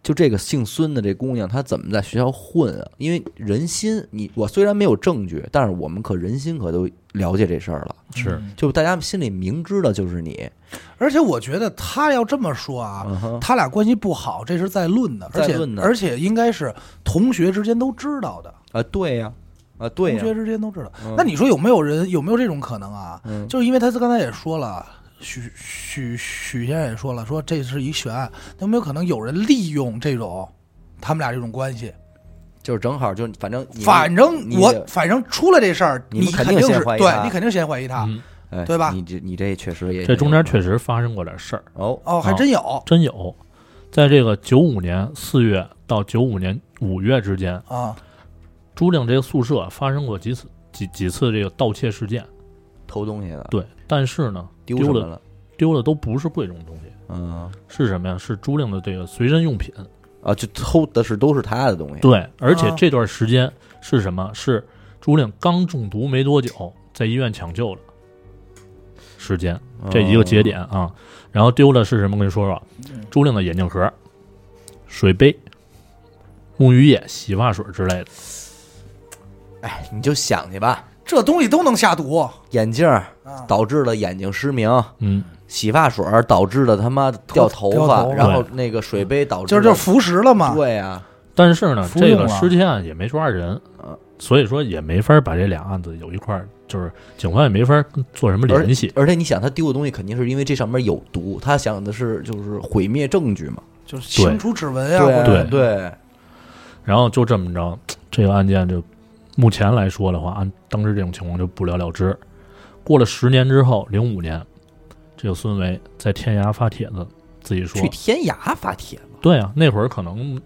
Speaker 1: 就这个姓孙的这姑娘，她怎么在学校混啊？因为人心，你我虽然没有证据，但是我们可人心可都了解这事儿了，
Speaker 3: 是
Speaker 1: 就大家心里明知道就是你，
Speaker 2: 而且我觉得他要这么说啊，
Speaker 1: 嗯哼，
Speaker 2: 他俩关系不好，这是在论的，而且
Speaker 1: 在论的
Speaker 2: 而且应该是同学之间都知道的，
Speaker 1: 啊，对呀、啊，对
Speaker 2: 同
Speaker 1: 呀、
Speaker 2: 学之间都知道。
Speaker 1: 嗯
Speaker 2: 那你说有没有人有没有这种可能啊？
Speaker 1: 嗯
Speaker 2: 就是因为他刚才也说了，许许许先生也说了，说这是一悬案，有没有可能有人利用这种他们俩这种关系？
Speaker 1: 就是正好就反正你哎
Speaker 2: 反正
Speaker 1: 你
Speaker 2: 我
Speaker 1: 也
Speaker 2: 反正出了这事儿，
Speaker 1: 你
Speaker 2: 你
Speaker 1: 们肯
Speaker 2: 定
Speaker 1: 定
Speaker 2: 是
Speaker 1: 先怀疑
Speaker 2: 对
Speaker 1: 他
Speaker 2: 你肯定先怀疑他。
Speaker 3: 嗯，
Speaker 1: 哎
Speaker 2: 对吧
Speaker 1: 你这你这确实也
Speaker 3: 这中间确实发生过点事儿，
Speaker 1: 哦，
Speaker 2: 哦，还真有
Speaker 3: 真有。在这个九五年四月到九五年五月之间，
Speaker 2: 啊，
Speaker 3: 朱令这个宿舍发生过几次几几次这个盗窃事件。
Speaker 1: 偷东西的
Speaker 3: 对，但是呢，
Speaker 1: 丢
Speaker 3: 丢
Speaker 1: 什
Speaker 3: 了
Speaker 1: 么了？
Speaker 3: 丢的都不是贵重东西，
Speaker 1: 嗯
Speaker 3: 是什么呀？是朱令的这个随身用品，
Speaker 1: 啊，就偷的是都是他的东西。
Speaker 3: 对，而且
Speaker 2: 啊
Speaker 3: 这段时间是什么？是朱令刚中毒没多久，在医院抢救了时间，这一个节点啊。然后丢的是什么？跟你说说，朱令的眼镜盒、水杯、沐浴液、洗发水之类的。
Speaker 1: 哎，你就想去吧。
Speaker 2: 这东西都能下毒啊！
Speaker 1: 眼镜儿导致了眼睛失明，
Speaker 3: 嗯，
Speaker 1: 洗发水儿导致了他妈掉头
Speaker 2: 掉
Speaker 1: 发
Speaker 2: 头，发
Speaker 1: 然后那个水杯导致
Speaker 2: 就是
Speaker 1: 了啊
Speaker 2: 就是服食了嘛。
Speaker 1: 对呀、
Speaker 3: 但是呢，
Speaker 2: 服
Speaker 3: 这
Speaker 2: 用
Speaker 3: 个
Speaker 2: 了
Speaker 3: 尸体案也没抓人
Speaker 1: 啊，
Speaker 3: 所以说也没法把这俩案子有一块儿，就是警方也没法跟做什么联系。
Speaker 1: 而且你想，他丢的东西肯定是因为这上面有毒，他想的是就是毁灭证据嘛。
Speaker 2: 就是清除指纹呀、
Speaker 1: 对
Speaker 2: 或者
Speaker 1: 对啊
Speaker 3: 对
Speaker 1: 对，
Speaker 3: 然后就这么着，这个案件就目前来说的话，按当时这种情况就不了了之。过了十年之后，零五年，这个孙维在天涯发帖子，自己说
Speaker 1: 去，天涯发帖嘛，
Speaker 3: 对啊，那会儿可能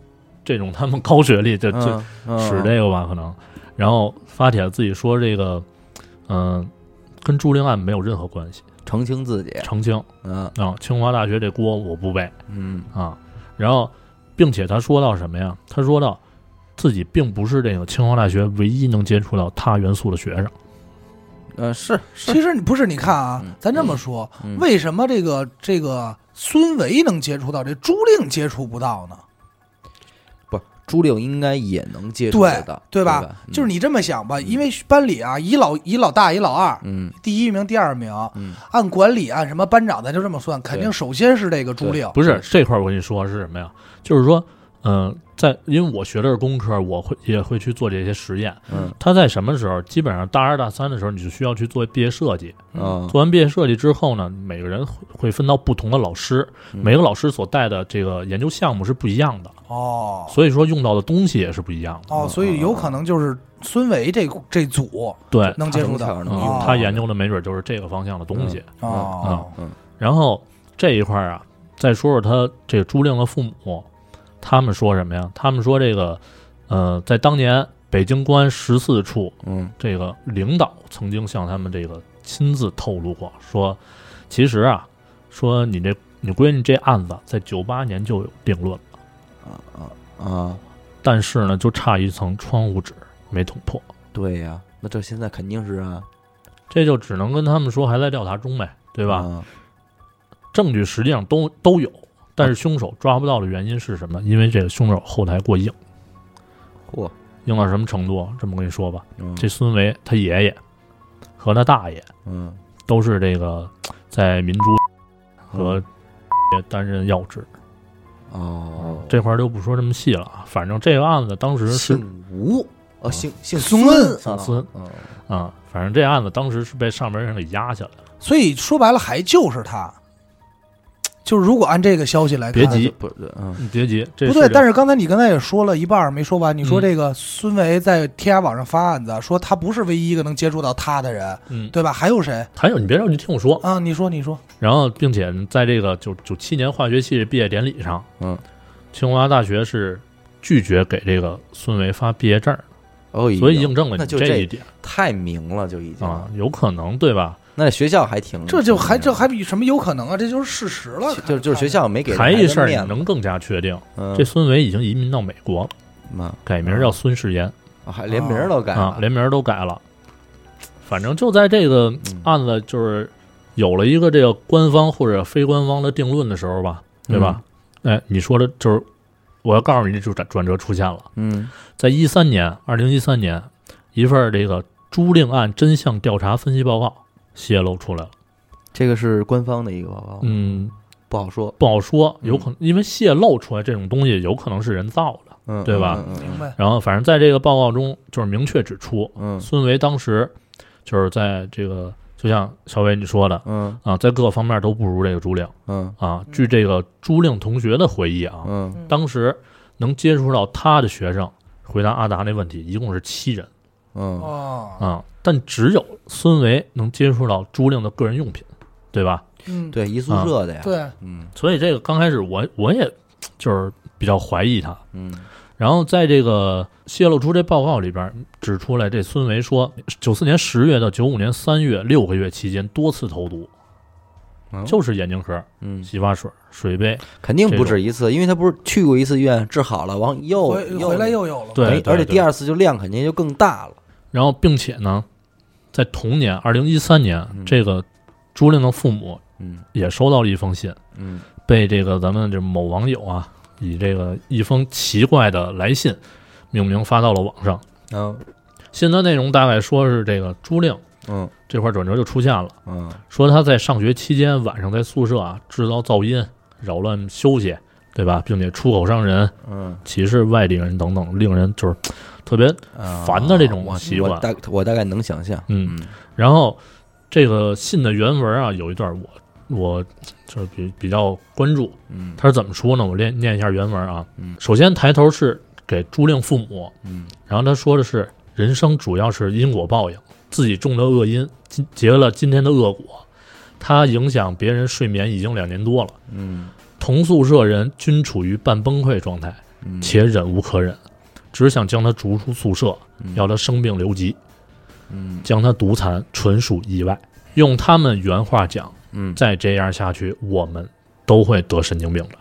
Speaker 3: 这种他们高学历就就
Speaker 1: 嗯嗯
Speaker 3: 使这个吧，可能，然后发帖子自己说这个，嗯、跟朱令案没有任何关系，
Speaker 1: 澄清自己，
Speaker 3: 澄清
Speaker 1: 嗯
Speaker 3: 啊，清华大学这锅我不背
Speaker 1: 嗯
Speaker 3: 啊。然后，并且他说到什么呀？他说到自己并不是这个清华大学唯一能接触到他元素的学生。
Speaker 1: 呃是是，
Speaker 2: 其实你不是，你看啊
Speaker 1: 嗯，
Speaker 2: 咱这么说，
Speaker 1: 嗯
Speaker 2: 为什么这个这个孙维能接触到，这朱令接触不到呢？
Speaker 1: 不是朱令应该也能接触得到，
Speaker 2: 对
Speaker 1: 对
Speaker 2: 吧
Speaker 1: 嗯
Speaker 2: 就是你这么想吧，因为班里啊，一老一老大，一老二，
Speaker 1: 嗯
Speaker 2: 第一名、第二名，
Speaker 1: 嗯
Speaker 2: 按管理按什么班长，咱就这么算，肯定首先是这个朱令。
Speaker 3: 不是这块儿，我跟你说是什么呀？就是说，嗯、在因为我学的是工科，我会也会去做这些实验。
Speaker 1: 嗯
Speaker 3: 他在什么时候？基本上大二大三的时候，你就需要去做毕业设计。
Speaker 1: 嗯
Speaker 3: 做完毕业设计之后呢，每个人会会分到不同的老师，每个老师所带的这个研究项目是不一样的，
Speaker 2: 哦
Speaker 3: 所以说用到的东西也是不一样的。
Speaker 1: 嗯
Speaker 2: 哦，所以有可能就是孙维这这组
Speaker 3: 对，
Speaker 2: 能接触到
Speaker 1: 能用
Speaker 3: 嗯
Speaker 1: 到，
Speaker 3: 他研究的没准就是这个方向的东西。
Speaker 1: 嗯
Speaker 2: 哦，
Speaker 3: 然后这一块儿啊，再说说他这个朱令的父母，他们说什么呀？他们说这个，呃，在当年北京公安十四处
Speaker 1: 嗯
Speaker 3: 这个领导曾经向他们这个亲自透露过，说其实啊，说你这你闺女这案子在九八年就有定论了，
Speaker 1: 啊
Speaker 3: 但是呢，就差一层窗户纸没捅破，
Speaker 1: 对呀、那这现在肯定是啊，
Speaker 3: 这就只能跟他们说还在调查中呗，对
Speaker 1: 对
Speaker 3: 吧？？证据实际上都都有，但是凶手抓不到的原因是什么呢？因为这个凶手后台过硬，
Speaker 1: 嚯、
Speaker 3: 硬到什么程度？这么跟你说吧，
Speaker 1: 嗯
Speaker 3: 这孙维他爷爷和他大爷
Speaker 1: 嗯
Speaker 3: 都是这个在民珠和担任要职。
Speaker 1: 哦，
Speaker 3: 这块儿就不说这么细了啊，反正这个案子当时是
Speaker 1: 姓吴哦，姓姓
Speaker 2: 孙
Speaker 1: 啊
Speaker 3: 姓孙
Speaker 1: 嗯
Speaker 3: 啊、反正这案子当时是被上边人给压下来了。
Speaker 2: 所以说白了还就是他。就是如果按这个消息来看，
Speaker 3: 别急
Speaker 1: 不是嗯
Speaker 3: 你别急，这
Speaker 2: 不对，但
Speaker 3: 是
Speaker 2: 是刚才你刚才也说了一半儿没说完，你说
Speaker 3: 嗯
Speaker 2: 这个孙维在天涯网上发案子，说他不是唯一一个能接触到他的人，
Speaker 3: 嗯，
Speaker 2: 对吧？还有谁
Speaker 3: 还有你别着急听我说。
Speaker 2: 啊？你说，你说，
Speaker 3: 然后，并且在这个九九七年化学系毕业典礼上，
Speaker 1: 嗯，
Speaker 3: 清华大学是拒绝给这个孙维发毕业证儿，
Speaker 1: 哦，
Speaker 3: 所以
Speaker 1: 已经
Speaker 3: 印证了
Speaker 1: 那
Speaker 3: 你
Speaker 1: 就这
Speaker 3: 一点
Speaker 1: 太明了，就已经、
Speaker 3: 啊，有可能对吧？
Speaker 1: 那学校还挺，
Speaker 2: 这就还这还比什么有可能啊？这就是事实了。
Speaker 1: 嗯就就是学校没给
Speaker 3: 还一事儿你
Speaker 1: 面子，
Speaker 3: 能更加确定，
Speaker 1: 嗯
Speaker 3: 这孙维已经移民到美国了，
Speaker 1: 妈
Speaker 3: 改名叫孙世炎。
Speaker 1: 啊还连名儿都改了，
Speaker 3: 啊，连名儿都改了。反正就在这个
Speaker 1: 嗯
Speaker 3: 案子就是有了一个这个官方或者非官方的定论的时候吧，对吧？
Speaker 1: 嗯
Speaker 3: 哎，你说的就是我要告诉你，就转转折出现了。
Speaker 1: 嗯
Speaker 3: 在一三年，二零一三年，一份这个朱令案真相调查分析报告泄露出来了。
Speaker 1: 这个是官方的一个报告，
Speaker 3: 嗯，
Speaker 1: 不好说，
Speaker 3: 不好说，有可能因为泄露出来这种东西，有可能是人造的。
Speaker 1: 嗯，
Speaker 3: 对吧
Speaker 1: 嗯
Speaker 2: 明
Speaker 1: 嗯
Speaker 2: 白。
Speaker 3: 然后，反正在这个报告中，就是明确指出，
Speaker 1: 嗯
Speaker 3: 孙维当时就是在这个，就像小伟你说的，
Speaker 1: 嗯
Speaker 3: 啊，在各个方面都不如这个朱令
Speaker 1: 嗯
Speaker 3: 啊。据这个朱令同学的回忆啊，
Speaker 1: 嗯
Speaker 3: 当时能接触到他的学生回答阿达那问题，一共是七人
Speaker 1: 嗯
Speaker 2: 哦，
Speaker 3: 啊，但只有孙维能接触到朱令的个人用品，对吧？
Speaker 2: 嗯，
Speaker 1: 对，一
Speaker 3: 啊
Speaker 1: 宿舍的呀，
Speaker 2: 对，
Speaker 1: 嗯
Speaker 3: 所以这个刚开始我我也就是比较怀疑他。
Speaker 1: 嗯
Speaker 3: 然后在这个泄露出这报告里边指出来，这孙维说，九四年十月到九五年三月六个月期间多次投毒，
Speaker 1: 嗯
Speaker 3: 就是眼镜盒、
Speaker 1: 嗯，
Speaker 3: 洗发水、水杯，
Speaker 1: 肯定不止一次，因为他不是去过一次医院治好了，往又
Speaker 2: 回回来又有了。
Speaker 3: 对
Speaker 1: 而哎而且第二次就量肯定就更大了。
Speaker 3: 然后并且呢，在同年二零一三年，
Speaker 1: 嗯
Speaker 3: 这个朱令的父母
Speaker 1: 嗯
Speaker 3: 也收到了一封信，
Speaker 1: 嗯
Speaker 3: 被这个咱们这某网友啊，以这个一封奇怪的来信命名发到了网上。
Speaker 1: 嗯
Speaker 3: 信的内容大概说是这个朱令
Speaker 1: 嗯
Speaker 3: 这块转折就出现了，
Speaker 1: 嗯
Speaker 3: 说他在上学期间晚上在宿舍啊制造噪音，扰乱休息，对吧？并且出口伤人、
Speaker 1: 嗯，
Speaker 3: 歧视外地人等等，令人就是特别
Speaker 1: 啊
Speaker 3: 烦的这种
Speaker 1: 我
Speaker 3: 习惯
Speaker 1: 我大我大概能想象。
Speaker 3: 嗯。然后这个信的原文啊有一段我我就是比比较关注，
Speaker 1: 嗯
Speaker 3: 他是怎么说呢？我念念一下原文啊
Speaker 1: 嗯。
Speaker 3: 首先抬头是给朱令父母，
Speaker 1: 嗯
Speaker 3: 然后他说的是人生主要是因果报应，自己种的恶因，今结了今天的恶果。他影响别人睡眠已经两年多了，
Speaker 1: 嗯
Speaker 3: 同宿舍人均处于半崩溃状态，
Speaker 1: 嗯，
Speaker 3: 且忍无可忍，只想将他逐出宿舍，
Speaker 1: 嗯
Speaker 3: 要他生病留级，
Speaker 1: 嗯
Speaker 3: 将他毒残，纯属意外。用他们原话讲，
Speaker 1: 嗯
Speaker 3: 再这样下去，我们都会得神经病的。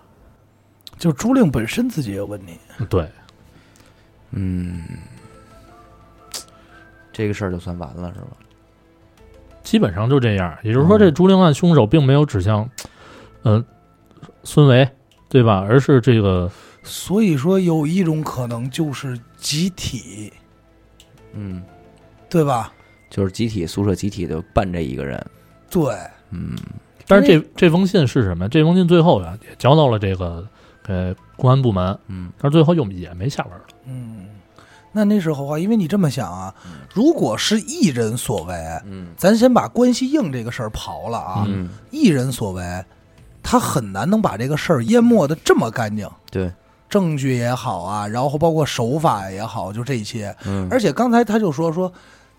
Speaker 2: 就是朱令本身自己也有问题，
Speaker 3: 对，
Speaker 1: 嗯，这个事儿就算完了是吧？
Speaker 3: 基本上就这样。也
Speaker 1: 嗯
Speaker 3: 就是说，这朱令案凶手并没有指向，嗯、孙维，对吧？而是这个
Speaker 2: 所以说有一种可能就是集体，
Speaker 1: 嗯，
Speaker 2: 对吧？
Speaker 1: 就是集体宿舍集体的办这一个人。
Speaker 2: 对，
Speaker 1: 嗯
Speaker 3: 但是这这封信是什么呀？这封信最后呀也交到了这个呃公安部门，
Speaker 1: 嗯
Speaker 3: 但是最后又也没下文了。
Speaker 2: 嗯，那那时候啊，因为你这么想啊，如果是一人所为，
Speaker 1: 嗯
Speaker 2: 咱先把关系硬这个事儿刨了啊，
Speaker 1: 嗯，
Speaker 2: 一人所为，他很难能把这个事儿淹没的这么干净，
Speaker 1: 对，
Speaker 2: 证据也好啊，然后包括手法也好，就这些。
Speaker 1: 嗯
Speaker 2: 而且刚才他就说说，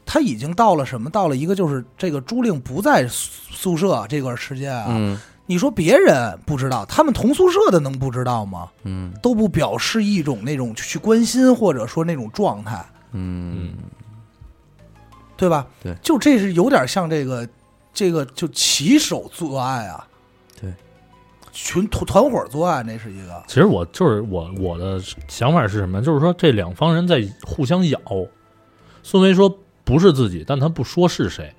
Speaker 2: 他已经到了什么？到了一个就是这个朱令不在宿宿舍这段时间啊，
Speaker 1: 嗯
Speaker 2: 你说别人不知道，他们同宿舍的能不知道吗？
Speaker 1: 嗯
Speaker 2: 都不表示一种那种去关心或者说那种状态，
Speaker 1: 嗯
Speaker 2: 对吧？
Speaker 1: 对
Speaker 2: 就这是有点像这个这个就起手作案啊，
Speaker 1: 对，
Speaker 2: 群团团伙作案，那是一个，
Speaker 3: 其实我就是我我的想法是什么？就是说这两方人在互相咬。孙维说不是自己，但他不说是谁。
Speaker 2: 嗯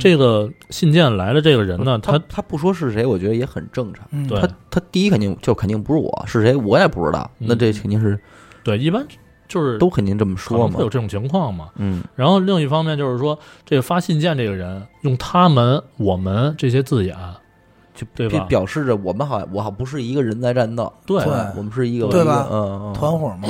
Speaker 3: 这个信件来了，这个人呢，
Speaker 1: 他
Speaker 3: 嗯他
Speaker 1: 他不说是谁，我觉得也很正常。
Speaker 2: 嗯
Speaker 3: 对
Speaker 1: 他他第一肯定就肯定不是我是谁，我也不知道。
Speaker 3: 嗯
Speaker 1: 那这肯定是
Speaker 3: 对一般就是
Speaker 1: 都肯定这么
Speaker 3: 可能
Speaker 1: 说
Speaker 3: 会
Speaker 1: 嘛
Speaker 3: 有。这种情况嘛。
Speaker 1: 嗯
Speaker 3: 然后另一方面就是说，这个发信件这个人用他们、我们这些字眼，
Speaker 1: 就
Speaker 3: 对吧
Speaker 1: 表表示着我们好像我好不是一个人在战斗，
Speaker 3: 对
Speaker 2: 对
Speaker 1: 我们是一个
Speaker 2: 对吧
Speaker 1: 嗯嗯
Speaker 2: 团伙嘛。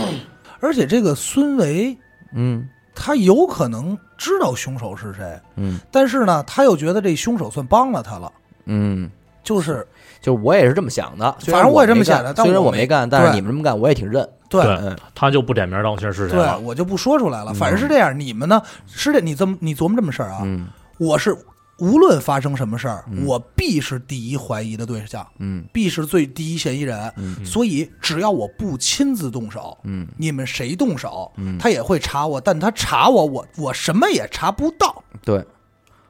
Speaker 2: 而且这个孙维
Speaker 1: 嗯
Speaker 2: 他有可能知道凶手是谁，
Speaker 1: 嗯
Speaker 2: 但是呢，他又觉得这凶手算帮了他了，
Speaker 1: 嗯，
Speaker 2: 就是
Speaker 1: 就是我也是这么想的，虽然
Speaker 2: 反正我也这么
Speaker 1: 没干
Speaker 2: 想的但
Speaker 1: 虽然
Speaker 2: 我
Speaker 1: 我
Speaker 2: 没
Speaker 1: 没干，但是
Speaker 2: 对
Speaker 1: 你们这么干我也挺认。
Speaker 2: 对。
Speaker 3: 对
Speaker 1: 嗯
Speaker 3: 他就不点名道姓是谁
Speaker 2: 对
Speaker 3: 了。
Speaker 2: 我就不说出来了，反正是这样。你们呢？是这，你这么你琢磨这么事儿啊？
Speaker 1: 嗯
Speaker 2: 我是无论发生什么事儿，我必是第一怀疑的对象，
Speaker 1: 嗯
Speaker 2: 必是最第一嫌疑人。所以只要我不亲自动手，
Speaker 1: 嗯
Speaker 2: 你们谁动手，
Speaker 1: 嗯
Speaker 2: 他也会查我，但他查我，我我什么也查不到，
Speaker 1: 对，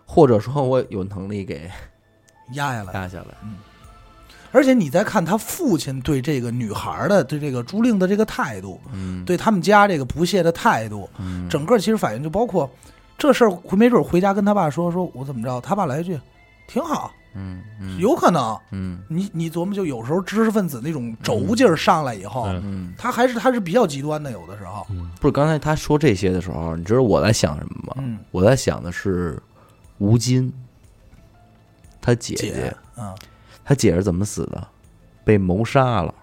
Speaker 1: 或者说我有能力给
Speaker 2: 压下来。
Speaker 1: 压下
Speaker 3: 嗯
Speaker 1: 来。
Speaker 2: 而且你再看他父亲对这个女孩儿的对这个朱令的这个态度，
Speaker 1: 嗯
Speaker 2: 对他们家这个不屑的态度，
Speaker 1: 嗯
Speaker 2: 整个其实反映就包括这事儿，没准儿回家跟他爸说，说我怎么着，他爸来一句，挺好，
Speaker 1: 嗯嗯
Speaker 2: 有可能。
Speaker 1: 嗯
Speaker 2: 你你琢磨，就有时候知识分子那种轴劲儿上来以后，
Speaker 3: 嗯
Speaker 1: 嗯，
Speaker 2: 他还是他是比较极端的，有的时候，
Speaker 1: 不是刚才他说这些的时候，你知道我在想什么吗？
Speaker 2: 嗯，
Speaker 1: 我在想的是吴京，他姐
Speaker 2: 姐，
Speaker 1: 姐，
Speaker 2: 啊，
Speaker 1: 他姐是怎么死的？被谋杀了。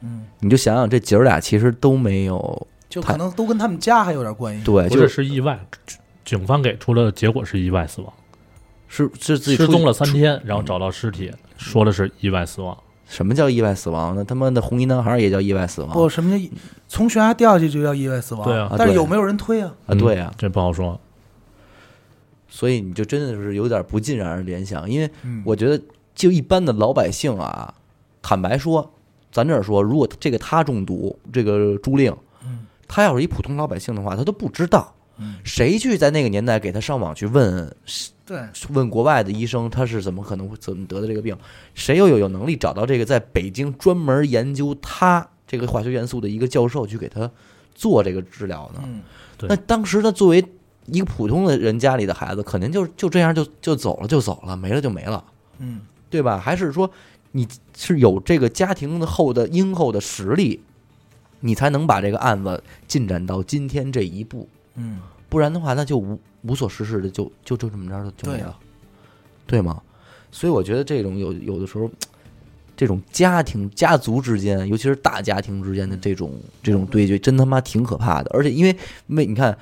Speaker 2: 嗯，
Speaker 1: 你就想想，这姐儿俩其实都没有
Speaker 2: 就
Speaker 1: 他
Speaker 2: 可能都跟他们家还有点关系，
Speaker 1: 对，
Speaker 3: 嗯不
Speaker 1: 就是是
Speaker 3: 是意外，警方给出的结果是意外死亡，
Speaker 1: 是是自己
Speaker 3: 失
Speaker 1: 出
Speaker 3: 踪了三天，然后找到尸体，说的是意外死亡。
Speaker 1: 什么叫意外死亡呢？他妈的红衣男孩也叫意外死亡
Speaker 2: 不，什么叫从悬崖掉下去就叫意外死亡？
Speaker 3: 对啊
Speaker 2: 但
Speaker 1: 啊对
Speaker 2: 是有没有人推啊？
Speaker 1: 啊！对啊，
Speaker 3: 嗯这不好说。
Speaker 1: 所以你就真的是有点不禁让人联想，因为
Speaker 3: 嗯
Speaker 1: 我觉得就一般的老百姓啊，坦白说，咱这儿说，如果这个他中毒，这个朱令，
Speaker 2: 嗯
Speaker 1: 他要是一普通老百姓的话，他都不知道
Speaker 2: 嗯，
Speaker 1: 谁去在那个年代给他上网去问
Speaker 2: 对，
Speaker 1: 问国外的医生他是怎么可能会怎么得的这个病，谁又有有能力找到这个在北京专门研究它这个化学元素的一个教授去给他做这个治疗呢？
Speaker 2: 嗯，
Speaker 3: 对
Speaker 1: 那当时他作为一个普通的人家里的孩子，肯定就就这样就就走了就走了，没了就没了，
Speaker 2: 嗯，
Speaker 1: 对吧？还是说你是有这个家庭的后的因后的实力，你才能把这个案子进展到今天这一步。
Speaker 2: 嗯，
Speaker 1: 不然的话，那就无无所事事的就，就就这么着就就没
Speaker 2: 对
Speaker 1: 了，
Speaker 2: 啊
Speaker 1: 对吗？所以我觉得这种有有的时候，这种家庭家族之间，尤其是大家庭之间的这种这种对决，真他妈挺可怕的。而且因为没你看，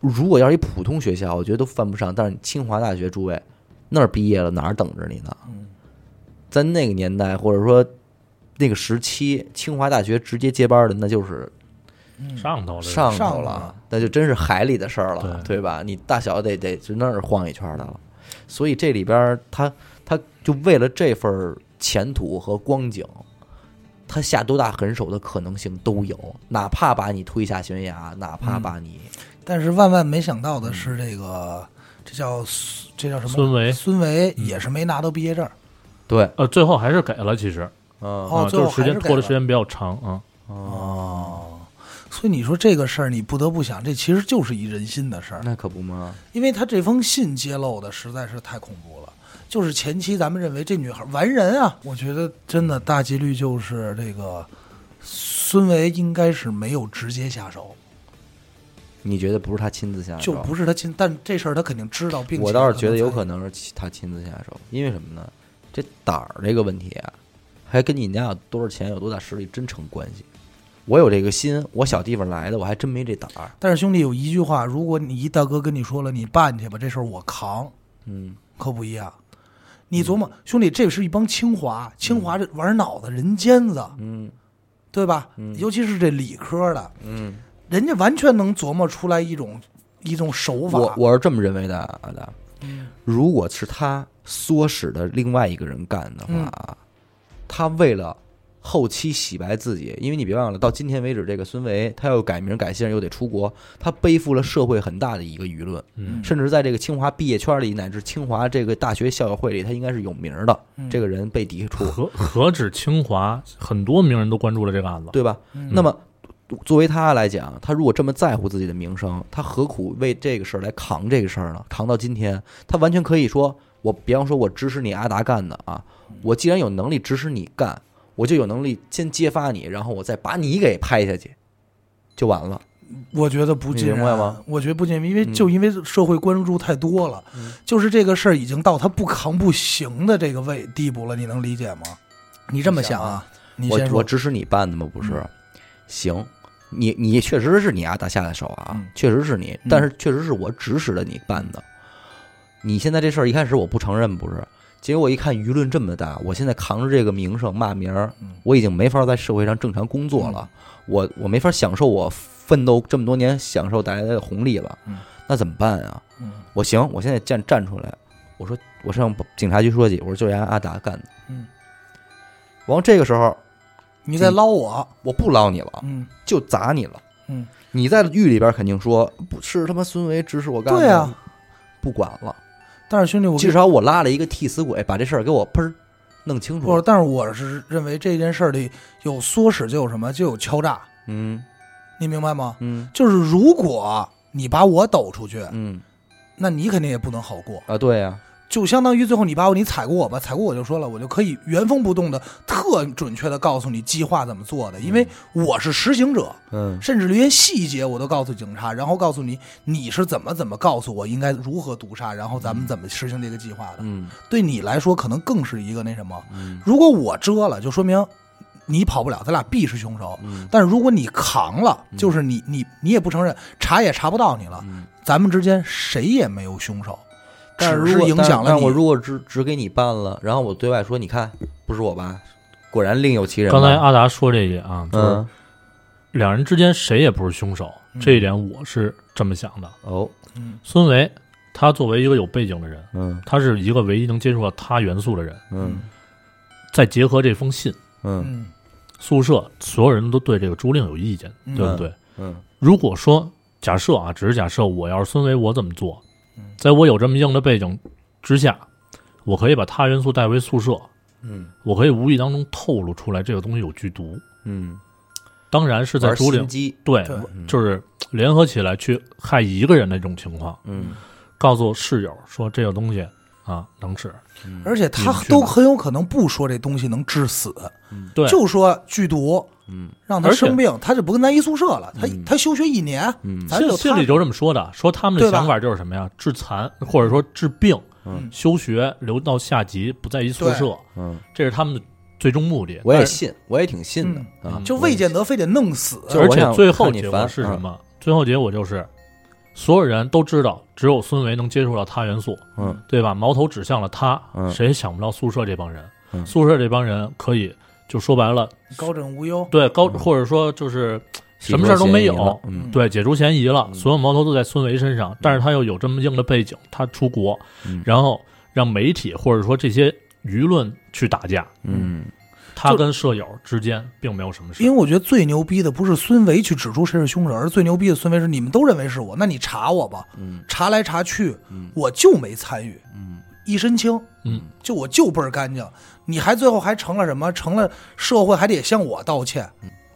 Speaker 1: 如果要是一普通学校，我觉得都犯不上。但是清华大学诸位那儿毕业了，哪儿等着你呢？
Speaker 2: 嗯
Speaker 1: 在那个年代，或者说那个时期，清华大学直接接班的，那就是
Speaker 2: 嗯
Speaker 3: 上头了，
Speaker 1: 上
Speaker 2: 上
Speaker 1: 头
Speaker 2: 头
Speaker 1: 了
Speaker 2: 了，
Speaker 1: 那就真是海里的事儿了，
Speaker 3: 对
Speaker 1: 对吧？你大小得得是那儿晃一圈儿的了，所以这里边儿他他就为了这份儿前途和光景，他下多大狠手的可能性都有，哪怕把你推下悬崖，哪
Speaker 2: 嗯
Speaker 1: 怕把你、
Speaker 2: 但是万万没想到的是，这个这叫这叫什么？
Speaker 3: 孙维嗯
Speaker 2: 孙维也是没拿到毕业证。
Speaker 1: 对，
Speaker 3: 呃，最后还是给了，其实
Speaker 1: 嗯
Speaker 2: 哦
Speaker 3: 啊，
Speaker 2: 最
Speaker 3: 就
Speaker 2: 后
Speaker 3: 是时间
Speaker 2: 还是给
Speaker 3: 拖的
Speaker 2: 了
Speaker 3: 时间比较长啊。
Speaker 2: 哦，所以你说这个事儿，你不得不想，这其实就是一人心的事儿，
Speaker 1: 那可不嘛，
Speaker 2: 因为他这封信揭露的实在是太恐怖了。就是前期咱们认为这女孩完人啊，我觉得真的大几率就是这个孙维应该是没有直接下手，
Speaker 1: 你觉得不是他亲自下
Speaker 2: 就
Speaker 1: 手？
Speaker 2: 不是他亲，但这事儿他肯定知道，并且
Speaker 1: 哎我倒是觉得有
Speaker 2: 能
Speaker 1: 可能是其他亲自下手，因为什么呢？这胆儿这个问题啊，还跟你家有多少钱、有多大实力真成关系。我有这个心，我小地方来的，我还真没这胆儿。
Speaker 2: 但是兄弟有一句话，如果你一大哥跟你说了，你办去吧，这事儿我扛，
Speaker 1: 嗯，
Speaker 2: 可不一样。你琢磨，兄弟，这是一帮清华，清华这玩脑子、人尖子，
Speaker 1: 嗯
Speaker 2: 对吧？尤其是这理科的，
Speaker 1: 嗯，
Speaker 2: 人家完全能琢磨出来一种一种手法。
Speaker 1: 我我是这么认为的啊的。如果是他唆使的另外一个人干的话啊，他为了后期洗白自己，因为你别忘了，到今天为止，这个孙维他又改名改姓，又得出国，他背负了社会很大的一个舆论。
Speaker 3: 嗯，
Speaker 1: 甚至在这个清华毕业圈里，乃至清华这个大学校友会里，他应该是有名儿的。这个人被抵 触，
Speaker 3: 何何止清华，很多名人都关注了这个案子。
Speaker 1: 对吧？那么作为他来讲，他如果这么在乎自己的名声，他何苦为这个事儿来扛这个事儿呢？扛到今天，他完全可以说：我比方说，我支持你阿达干的啊，我既然有能力指使你干，我就有能力先揭发你，然后我再把你给拍下去，就完了。
Speaker 2: 我觉得不尽然
Speaker 1: 你明白吗？嗯
Speaker 2: 我觉得不尽然，因为就因为社会关注太多了，就是这个事儿已经到他不扛不行的这个位地步了，你能理解吗？你这么想啊？你
Speaker 1: 我
Speaker 2: 先说嗯
Speaker 1: 我指使你办的吗？不是，行，你你确实是你阿达下的手啊，
Speaker 2: 嗯
Speaker 1: 确实是你，但是确实是我指使的你办的。你现在这事儿一开始我不承认，不是，结果一看舆论这么大，我现在扛着这个名声骂名儿
Speaker 2: 嗯，
Speaker 1: 我已经没法在社会上正常工作了，我我没法享受我奋斗这么多年享受带来的红利了
Speaker 2: 嗯，
Speaker 1: 那怎么办啊？
Speaker 2: 嗯
Speaker 1: 我行，我现在站站出来，我说我上警察局说去，我说就是人家阿达干的。
Speaker 2: 嗯，
Speaker 1: 完这个时候
Speaker 2: 你在捞我，啊
Speaker 1: 我不捞你了。
Speaker 2: 嗯
Speaker 1: 就砸你了。
Speaker 2: 嗯，
Speaker 1: 你在狱里边肯定说不是他妈孙维指使我干的，
Speaker 2: 对啊，
Speaker 1: 不管了，
Speaker 2: 但是兄弟，我跟
Speaker 1: 至少我拉了一个替死鬼，把这事儿给我喷儿弄清
Speaker 2: 不
Speaker 1: 楚
Speaker 2: 是，。但是我是认为这件事儿里有唆使就有什么，就有敲诈，
Speaker 1: 嗯
Speaker 2: 你明白吗？
Speaker 1: 嗯
Speaker 2: 就是如果你把我抖出去，
Speaker 1: 嗯
Speaker 2: 那你肯定也不能好过，
Speaker 1: 啊，对呀、
Speaker 2: 就相当于最后你把我你踩过我吧，踩过我就说了，我就可以原封不动的特准确的告诉你计划怎么做的，因为我是实行者，
Speaker 1: 嗯
Speaker 2: 甚至连细节我都告诉警察，然后告诉你你是怎么怎么告诉我应该如何毒杀，然后咱们怎么实行这个计划的。
Speaker 1: 嗯
Speaker 2: 对你来说可能更是一个那什么。
Speaker 1: 嗯
Speaker 2: 如果我遮了，就说明你跑不了，咱俩必是凶手。
Speaker 1: 嗯
Speaker 2: 但是如果你扛了，就是你你你也不承认，查也查不到你了，
Speaker 1: 嗯。
Speaker 2: 咱们之间谁也没有凶手，
Speaker 1: 但
Speaker 2: 只
Speaker 1: 如
Speaker 2: 是
Speaker 1: 果
Speaker 2: 影响
Speaker 1: 但
Speaker 2: 了
Speaker 1: 但
Speaker 2: 你。
Speaker 1: 我如果只只给你办了，然后我对外说，你看不是我吧？果然另有其人吧。
Speaker 3: 刚才阿达说这一点啊，就是
Speaker 1: 嗯
Speaker 3: 两人之间谁也不是凶手，
Speaker 2: 嗯
Speaker 3: 这一点我是这么想的。
Speaker 1: 哦
Speaker 2: 嗯
Speaker 3: 孙维他作为一个有背景的人，
Speaker 1: 嗯
Speaker 3: 他是一个唯一能接触到他元素的人，
Speaker 1: 嗯
Speaker 3: 再结合这封信，
Speaker 1: 嗯
Speaker 2: 嗯
Speaker 3: 宿舍所有人都对这个朱令有意见，
Speaker 2: 嗯
Speaker 3: 对不对？
Speaker 1: 嗯
Speaker 3: 如果说假设啊，只是假设，我要是孙维，我怎么做
Speaker 2: 嗯？
Speaker 3: 在我有这么硬的背景之下，我可以把他元素带回宿舍，
Speaker 1: 嗯
Speaker 3: 我可以无意当中透露出来这个东西有剧毒。
Speaker 1: 嗯，
Speaker 3: 当然是在
Speaker 1: 玩
Speaker 3: 竹
Speaker 1: 心
Speaker 3: 岭，
Speaker 1: 机，
Speaker 3: 对，
Speaker 2: 对
Speaker 3: 就是联合起来去害一个人的这种情况，
Speaker 1: 嗯
Speaker 3: 告诉室友说这个东西啊能吃，
Speaker 1: 嗯
Speaker 2: 而且他
Speaker 3: 明确
Speaker 2: 都很有可能不说这东西能致死，
Speaker 3: 对，
Speaker 2: 就说剧毒
Speaker 1: 嗯
Speaker 2: 让他
Speaker 3: 而且
Speaker 2: 生病，他就不跟咱一宿舍了。他他休学一年，
Speaker 1: 嗯
Speaker 2: 咱
Speaker 3: 信
Speaker 2: 就
Speaker 3: 信
Speaker 2: 他
Speaker 3: 里就这么说的，说他们的
Speaker 2: 对吧
Speaker 3: 想法就是什么呀？致残或者说治病，
Speaker 1: 嗯
Speaker 3: 休学留到下级，不在一宿舍，
Speaker 1: 嗯，
Speaker 3: 这是他们的最终目的。
Speaker 1: 我也
Speaker 3: 但是
Speaker 1: 信，我也挺信的啊，
Speaker 2: 就未见得非得弄死。
Speaker 1: 就
Speaker 3: 而
Speaker 1: 我
Speaker 3: 且
Speaker 1: 想
Speaker 3: 最后
Speaker 1: 看你
Speaker 3: 结果
Speaker 1: 烦嗯
Speaker 3: 是什么？最后结果就是，所有人都知道，只有孙维能接触到他元素，
Speaker 1: 嗯，
Speaker 3: 对吧？矛头指向了他，
Speaker 1: 嗯
Speaker 3: 谁也想不到宿舍这帮人，
Speaker 1: 嗯
Speaker 3: 宿舍这帮人可以就说白了，
Speaker 2: 高枕无忧，
Speaker 3: 对高、
Speaker 1: 嗯
Speaker 3: 或者说就是什么事儿都没
Speaker 1: 洗脱
Speaker 3: 有，
Speaker 1: 嫌疑了嗯
Speaker 3: 对，解除嫌疑了，
Speaker 1: 嗯
Speaker 3: 所有矛头都在孙维身上，但是他又有这么硬的背景，他出国，
Speaker 1: 嗯
Speaker 3: 然后让媒体或者说这些舆论去打架，
Speaker 1: 嗯
Speaker 3: 他
Speaker 2: 就
Speaker 3: 跟舍友之间并没有什么事
Speaker 2: 因为。我觉得最牛逼的不是孙维去指出谁是凶手，而是最牛逼的孙维是你们都认为是我，那你查我吧，
Speaker 1: 嗯
Speaker 2: 查来查去
Speaker 1: 嗯，
Speaker 2: 我就没参与，
Speaker 1: 嗯
Speaker 2: 一身轻，
Speaker 3: 嗯，
Speaker 2: 就我就倍儿干净。你还最后还成了什么？成了社会还得向我道歉，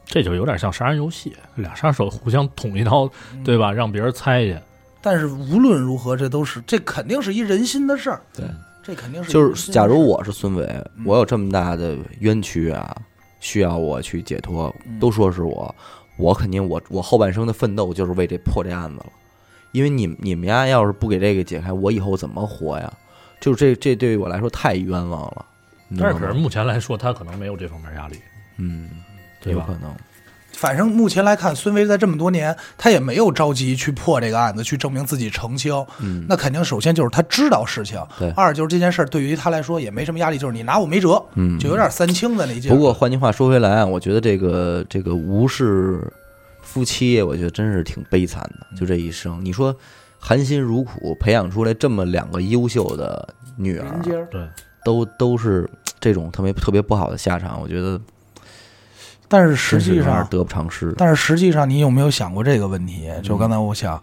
Speaker 3: 这就有点像杀人游戏，俩杀手互相捅一刀，
Speaker 1: 嗯
Speaker 3: 对吧？让别人猜去。
Speaker 2: 但是无论如何，这都是这肯定是一人心的事儿。
Speaker 1: 对，
Speaker 2: 这肯定是一
Speaker 1: 就
Speaker 2: 人
Speaker 1: 是嗯
Speaker 2: 心的
Speaker 1: 假如
Speaker 2: 事儿
Speaker 1: 我是孙伟，我有这么大的冤屈啊，需要我去解脱，都说是我，我肯定我我后半生的奋斗就是为这破这案子了，因为你们你们家要是不给这个解开，我以后怎么活呀？就是这这对于我来说太冤枉了。你知
Speaker 3: 但
Speaker 1: 道
Speaker 3: 是可是
Speaker 1: 吗
Speaker 3: 目前来说，他可能没有这方面压力，
Speaker 1: 嗯，
Speaker 3: 对
Speaker 1: 有
Speaker 3: 吧
Speaker 1: 可？能，
Speaker 2: 反正目前来看，孙维在这么多年，他也没有着急去破这个案子，去证明自己澄清。
Speaker 1: 嗯，
Speaker 2: 那肯定首先就是他知道事情，
Speaker 1: 对
Speaker 2: 二就是这件事儿对于他来说也没什么压力，就是你拿我没辙，
Speaker 1: 嗯
Speaker 2: 就有点三清的那劲儿。
Speaker 1: 不过换句话说回来啊，我觉得这个这个无视夫妻，我觉得真是挺悲惨的。
Speaker 2: 嗯
Speaker 1: 就这一生，你说含辛茹苦培养出来这么两个优秀的女儿
Speaker 2: 人，家
Speaker 3: 对，
Speaker 1: 都都是这种特别特别不好的下场，我觉得
Speaker 2: 但是实
Speaker 1: 真是嗯
Speaker 2: 际
Speaker 1: 有点
Speaker 2: 上，
Speaker 1: 得不偿失。
Speaker 2: 但是实际上，你有没有想过这个问题？就刚才我想，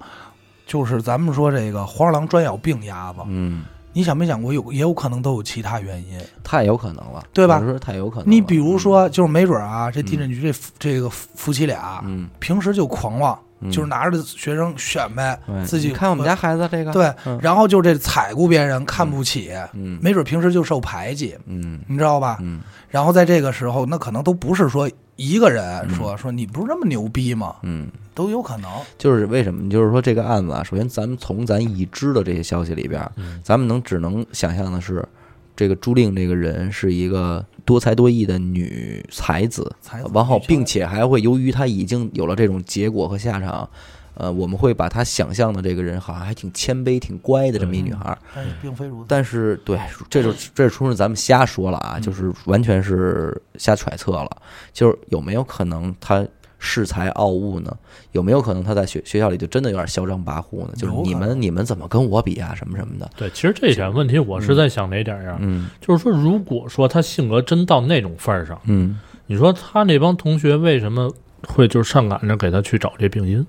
Speaker 2: 就是咱们说这个黄鼠狼专咬病鸭子，
Speaker 1: 嗯，
Speaker 2: 你想没想过有也有可能都有其他原因？
Speaker 1: 太有可能了，
Speaker 2: 对吧
Speaker 1: 我说太有可能了。
Speaker 2: 你比如说，就是没准儿啊，这地震局这夫这个夫妻俩，
Speaker 1: 嗯，
Speaker 2: 平时就狂妄，
Speaker 1: 嗯
Speaker 2: 就是拿着学生选呗，
Speaker 1: 对
Speaker 2: 自己
Speaker 1: 你看我们家孩子这个，，
Speaker 2: 对，
Speaker 1: 嗯
Speaker 2: 然后就这踩顾别人，看不起，
Speaker 1: 嗯
Speaker 2: 没准平时就受排挤，
Speaker 1: 嗯
Speaker 2: 你知道吧？
Speaker 1: 嗯
Speaker 2: 然后在这个时候，那可能都不是说一个人说、说你不是那么牛逼吗？
Speaker 1: 嗯，
Speaker 2: 都有可能。
Speaker 1: 就是为什么？就是说这个案子啊，首先咱们从咱已知的这些消息里边，
Speaker 3: 嗯
Speaker 1: 咱们能只能想象的是，这个朱令这个人是一个多才多艺的女才子，
Speaker 2: 才子
Speaker 1: 然后
Speaker 2: 女性
Speaker 1: 并且还会由于她已经有了这种结果和下场，呃，我们会把她想象的这个人好像还挺谦卑、挺乖的这么一女孩儿。
Speaker 2: 但是并非如此。
Speaker 1: 但是，对，这就这纯是咱们瞎说了
Speaker 2: 嗯
Speaker 1: 啊，就是完全是瞎揣测了。就是有没有可能她恃才傲物呢？有没有可能她在学学校里就真的有点嚣张跋扈呢？就是
Speaker 2: 有
Speaker 1: 你
Speaker 2: 可能
Speaker 1: 们你们怎么跟我比啊？什么什么的，
Speaker 3: 对。其实这一点问题，我是在想哪点儿呀？
Speaker 1: 嗯
Speaker 3: 就是说，如果说他性格真到那种份儿上，
Speaker 1: 嗯。
Speaker 3: 你说他那帮同学为什么会就是上赶着给他去找这病因？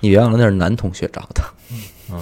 Speaker 1: 你别忘了那是男同学找的，
Speaker 2: 很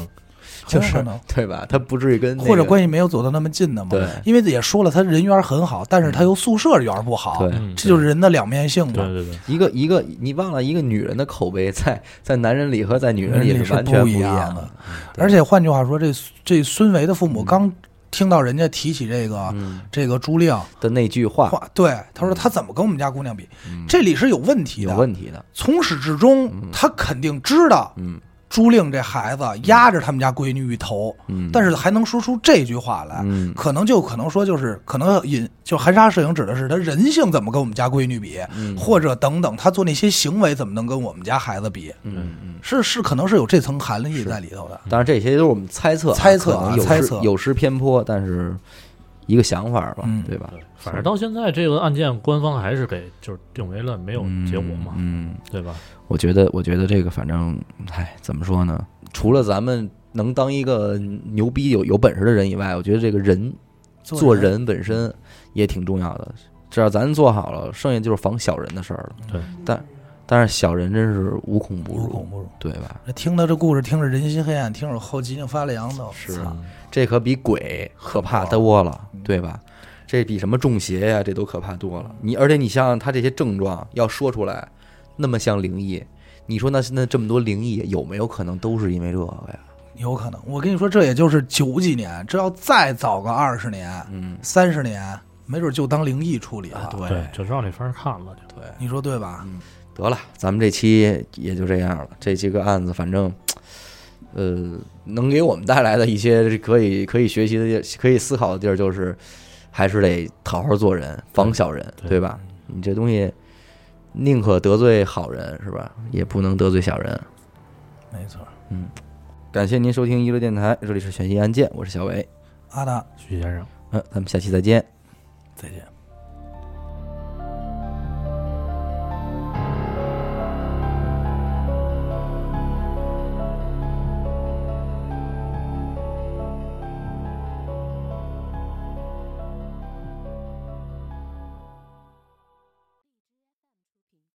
Speaker 1: 就
Speaker 2: 有可
Speaker 1: 是
Speaker 2: 能，
Speaker 1: 对吧？他不至于跟那个
Speaker 2: 或者关系没有走到那么近的嘛。
Speaker 1: 对嗯
Speaker 2: 因为也说了，他人缘很好，但是他又宿舍缘不好，
Speaker 1: 对
Speaker 3: 嗯，
Speaker 2: 这就是人的两面性嘛。
Speaker 3: 对对对，
Speaker 1: 一个一个，你忘了一个女人的口碑在在男人里和在女人里
Speaker 2: 人
Speaker 1: 是
Speaker 2: 是
Speaker 1: 完全
Speaker 2: 不一
Speaker 1: 一
Speaker 2: 样的嗯
Speaker 1: 的。对
Speaker 2: 而且换句话说，这这孙维的父母刚听到人家提起这个、
Speaker 1: 嗯
Speaker 2: 这个朱令，
Speaker 1: 的那句话
Speaker 2: 话对他说他怎么跟我们家姑娘比，这里是有问题
Speaker 1: 嗯有
Speaker 2: 的。
Speaker 1: 问题的，
Speaker 2: 从始至终，他肯定知道
Speaker 1: 嗯
Speaker 2: 朱令这孩子压着他们家闺女一头，
Speaker 1: 嗯，
Speaker 2: 但是还能说出这句话来，
Speaker 1: 嗯
Speaker 2: 可能就可能说就是可能引就含沙射影指的是他人性怎么跟我们家闺女比，
Speaker 1: 嗯
Speaker 2: 或者等等他做那些行为怎么能跟我们家孩子比，
Speaker 1: 嗯嗯。
Speaker 2: 是是可能是有这层含义在里头的。
Speaker 1: 当然，这些都是我们猜测啊，
Speaker 2: 猜测啊
Speaker 1: 可能有失
Speaker 2: 猜测
Speaker 1: 有失偏颇，但是一个想法吧
Speaker 2: 嗯，
Speaker 1: 对吧？
Speaker 3: 反正到现在这个案件，官方还是给就是定为了没有结果嘛，
Speaker 1: 嗯，
Speaker 3: 对吧？
Speaker 1: 我觉得，我觉得这个反正，唉，怎么说呢？除了咱们能当一个牛逼、有有本事的人以外，我觉得这个人做人本身也挺重要的。只要咱做好了，剩下就是防小人的事儿了。
Speaker 3: 对，
Speaker 1: 但但是小人真是无孔不
Speaker 2: 无
Speaker 1: 入
Speaker 2: 孔，不入。
Speaker 1: 对吧？
Speaker 2: 这听他这故事，听着人心黑暗，听着后脊梁发凉的，
Speaker 1: 是
Speaker 2: 操
Speaker 1: 这可比鬼可怕嗯多了，对吧？这比什么中邪呀、这都可怕多了。你而且你想想，他这些症状要说出来，那么像灵异，你说那现在这么多灵异，有没有可能都是因为这个呀？
Speaker 2: 有可能。我跟你说，这也就是九几年，这要再早个二十年、
Speaker 1: 嗯，
Speaker 2: 三十年，没准就当灵异处理了。
Speaker 1: 啊，对嗯
Speaker 3: 对，就让你法儿看了就。
Speaker 1: 对，
Speaker 2: 你说对吧？
Speaker 1: 得了，咱们这期也就这样了。这几个案子，反正，呃，能给我们带来的一些可以可以学习的地儿、可以思考的地儿，就是还是得好好做人，防小人，
Speaker 3: 对
Speaker 1: 对吧？你这东西，宁可得罪好人是吧？也不能得罪小人。
Speaker 2: 没错。
Speaker 1: 感谢您收听娱乐电台，这里是悬疑案件，我是小伟，
Speaker 2: 阿达，
Speaker 3: 徐先生。
Speaker 1: 嗯、咱们下期再见。
Speaker 2: 再见。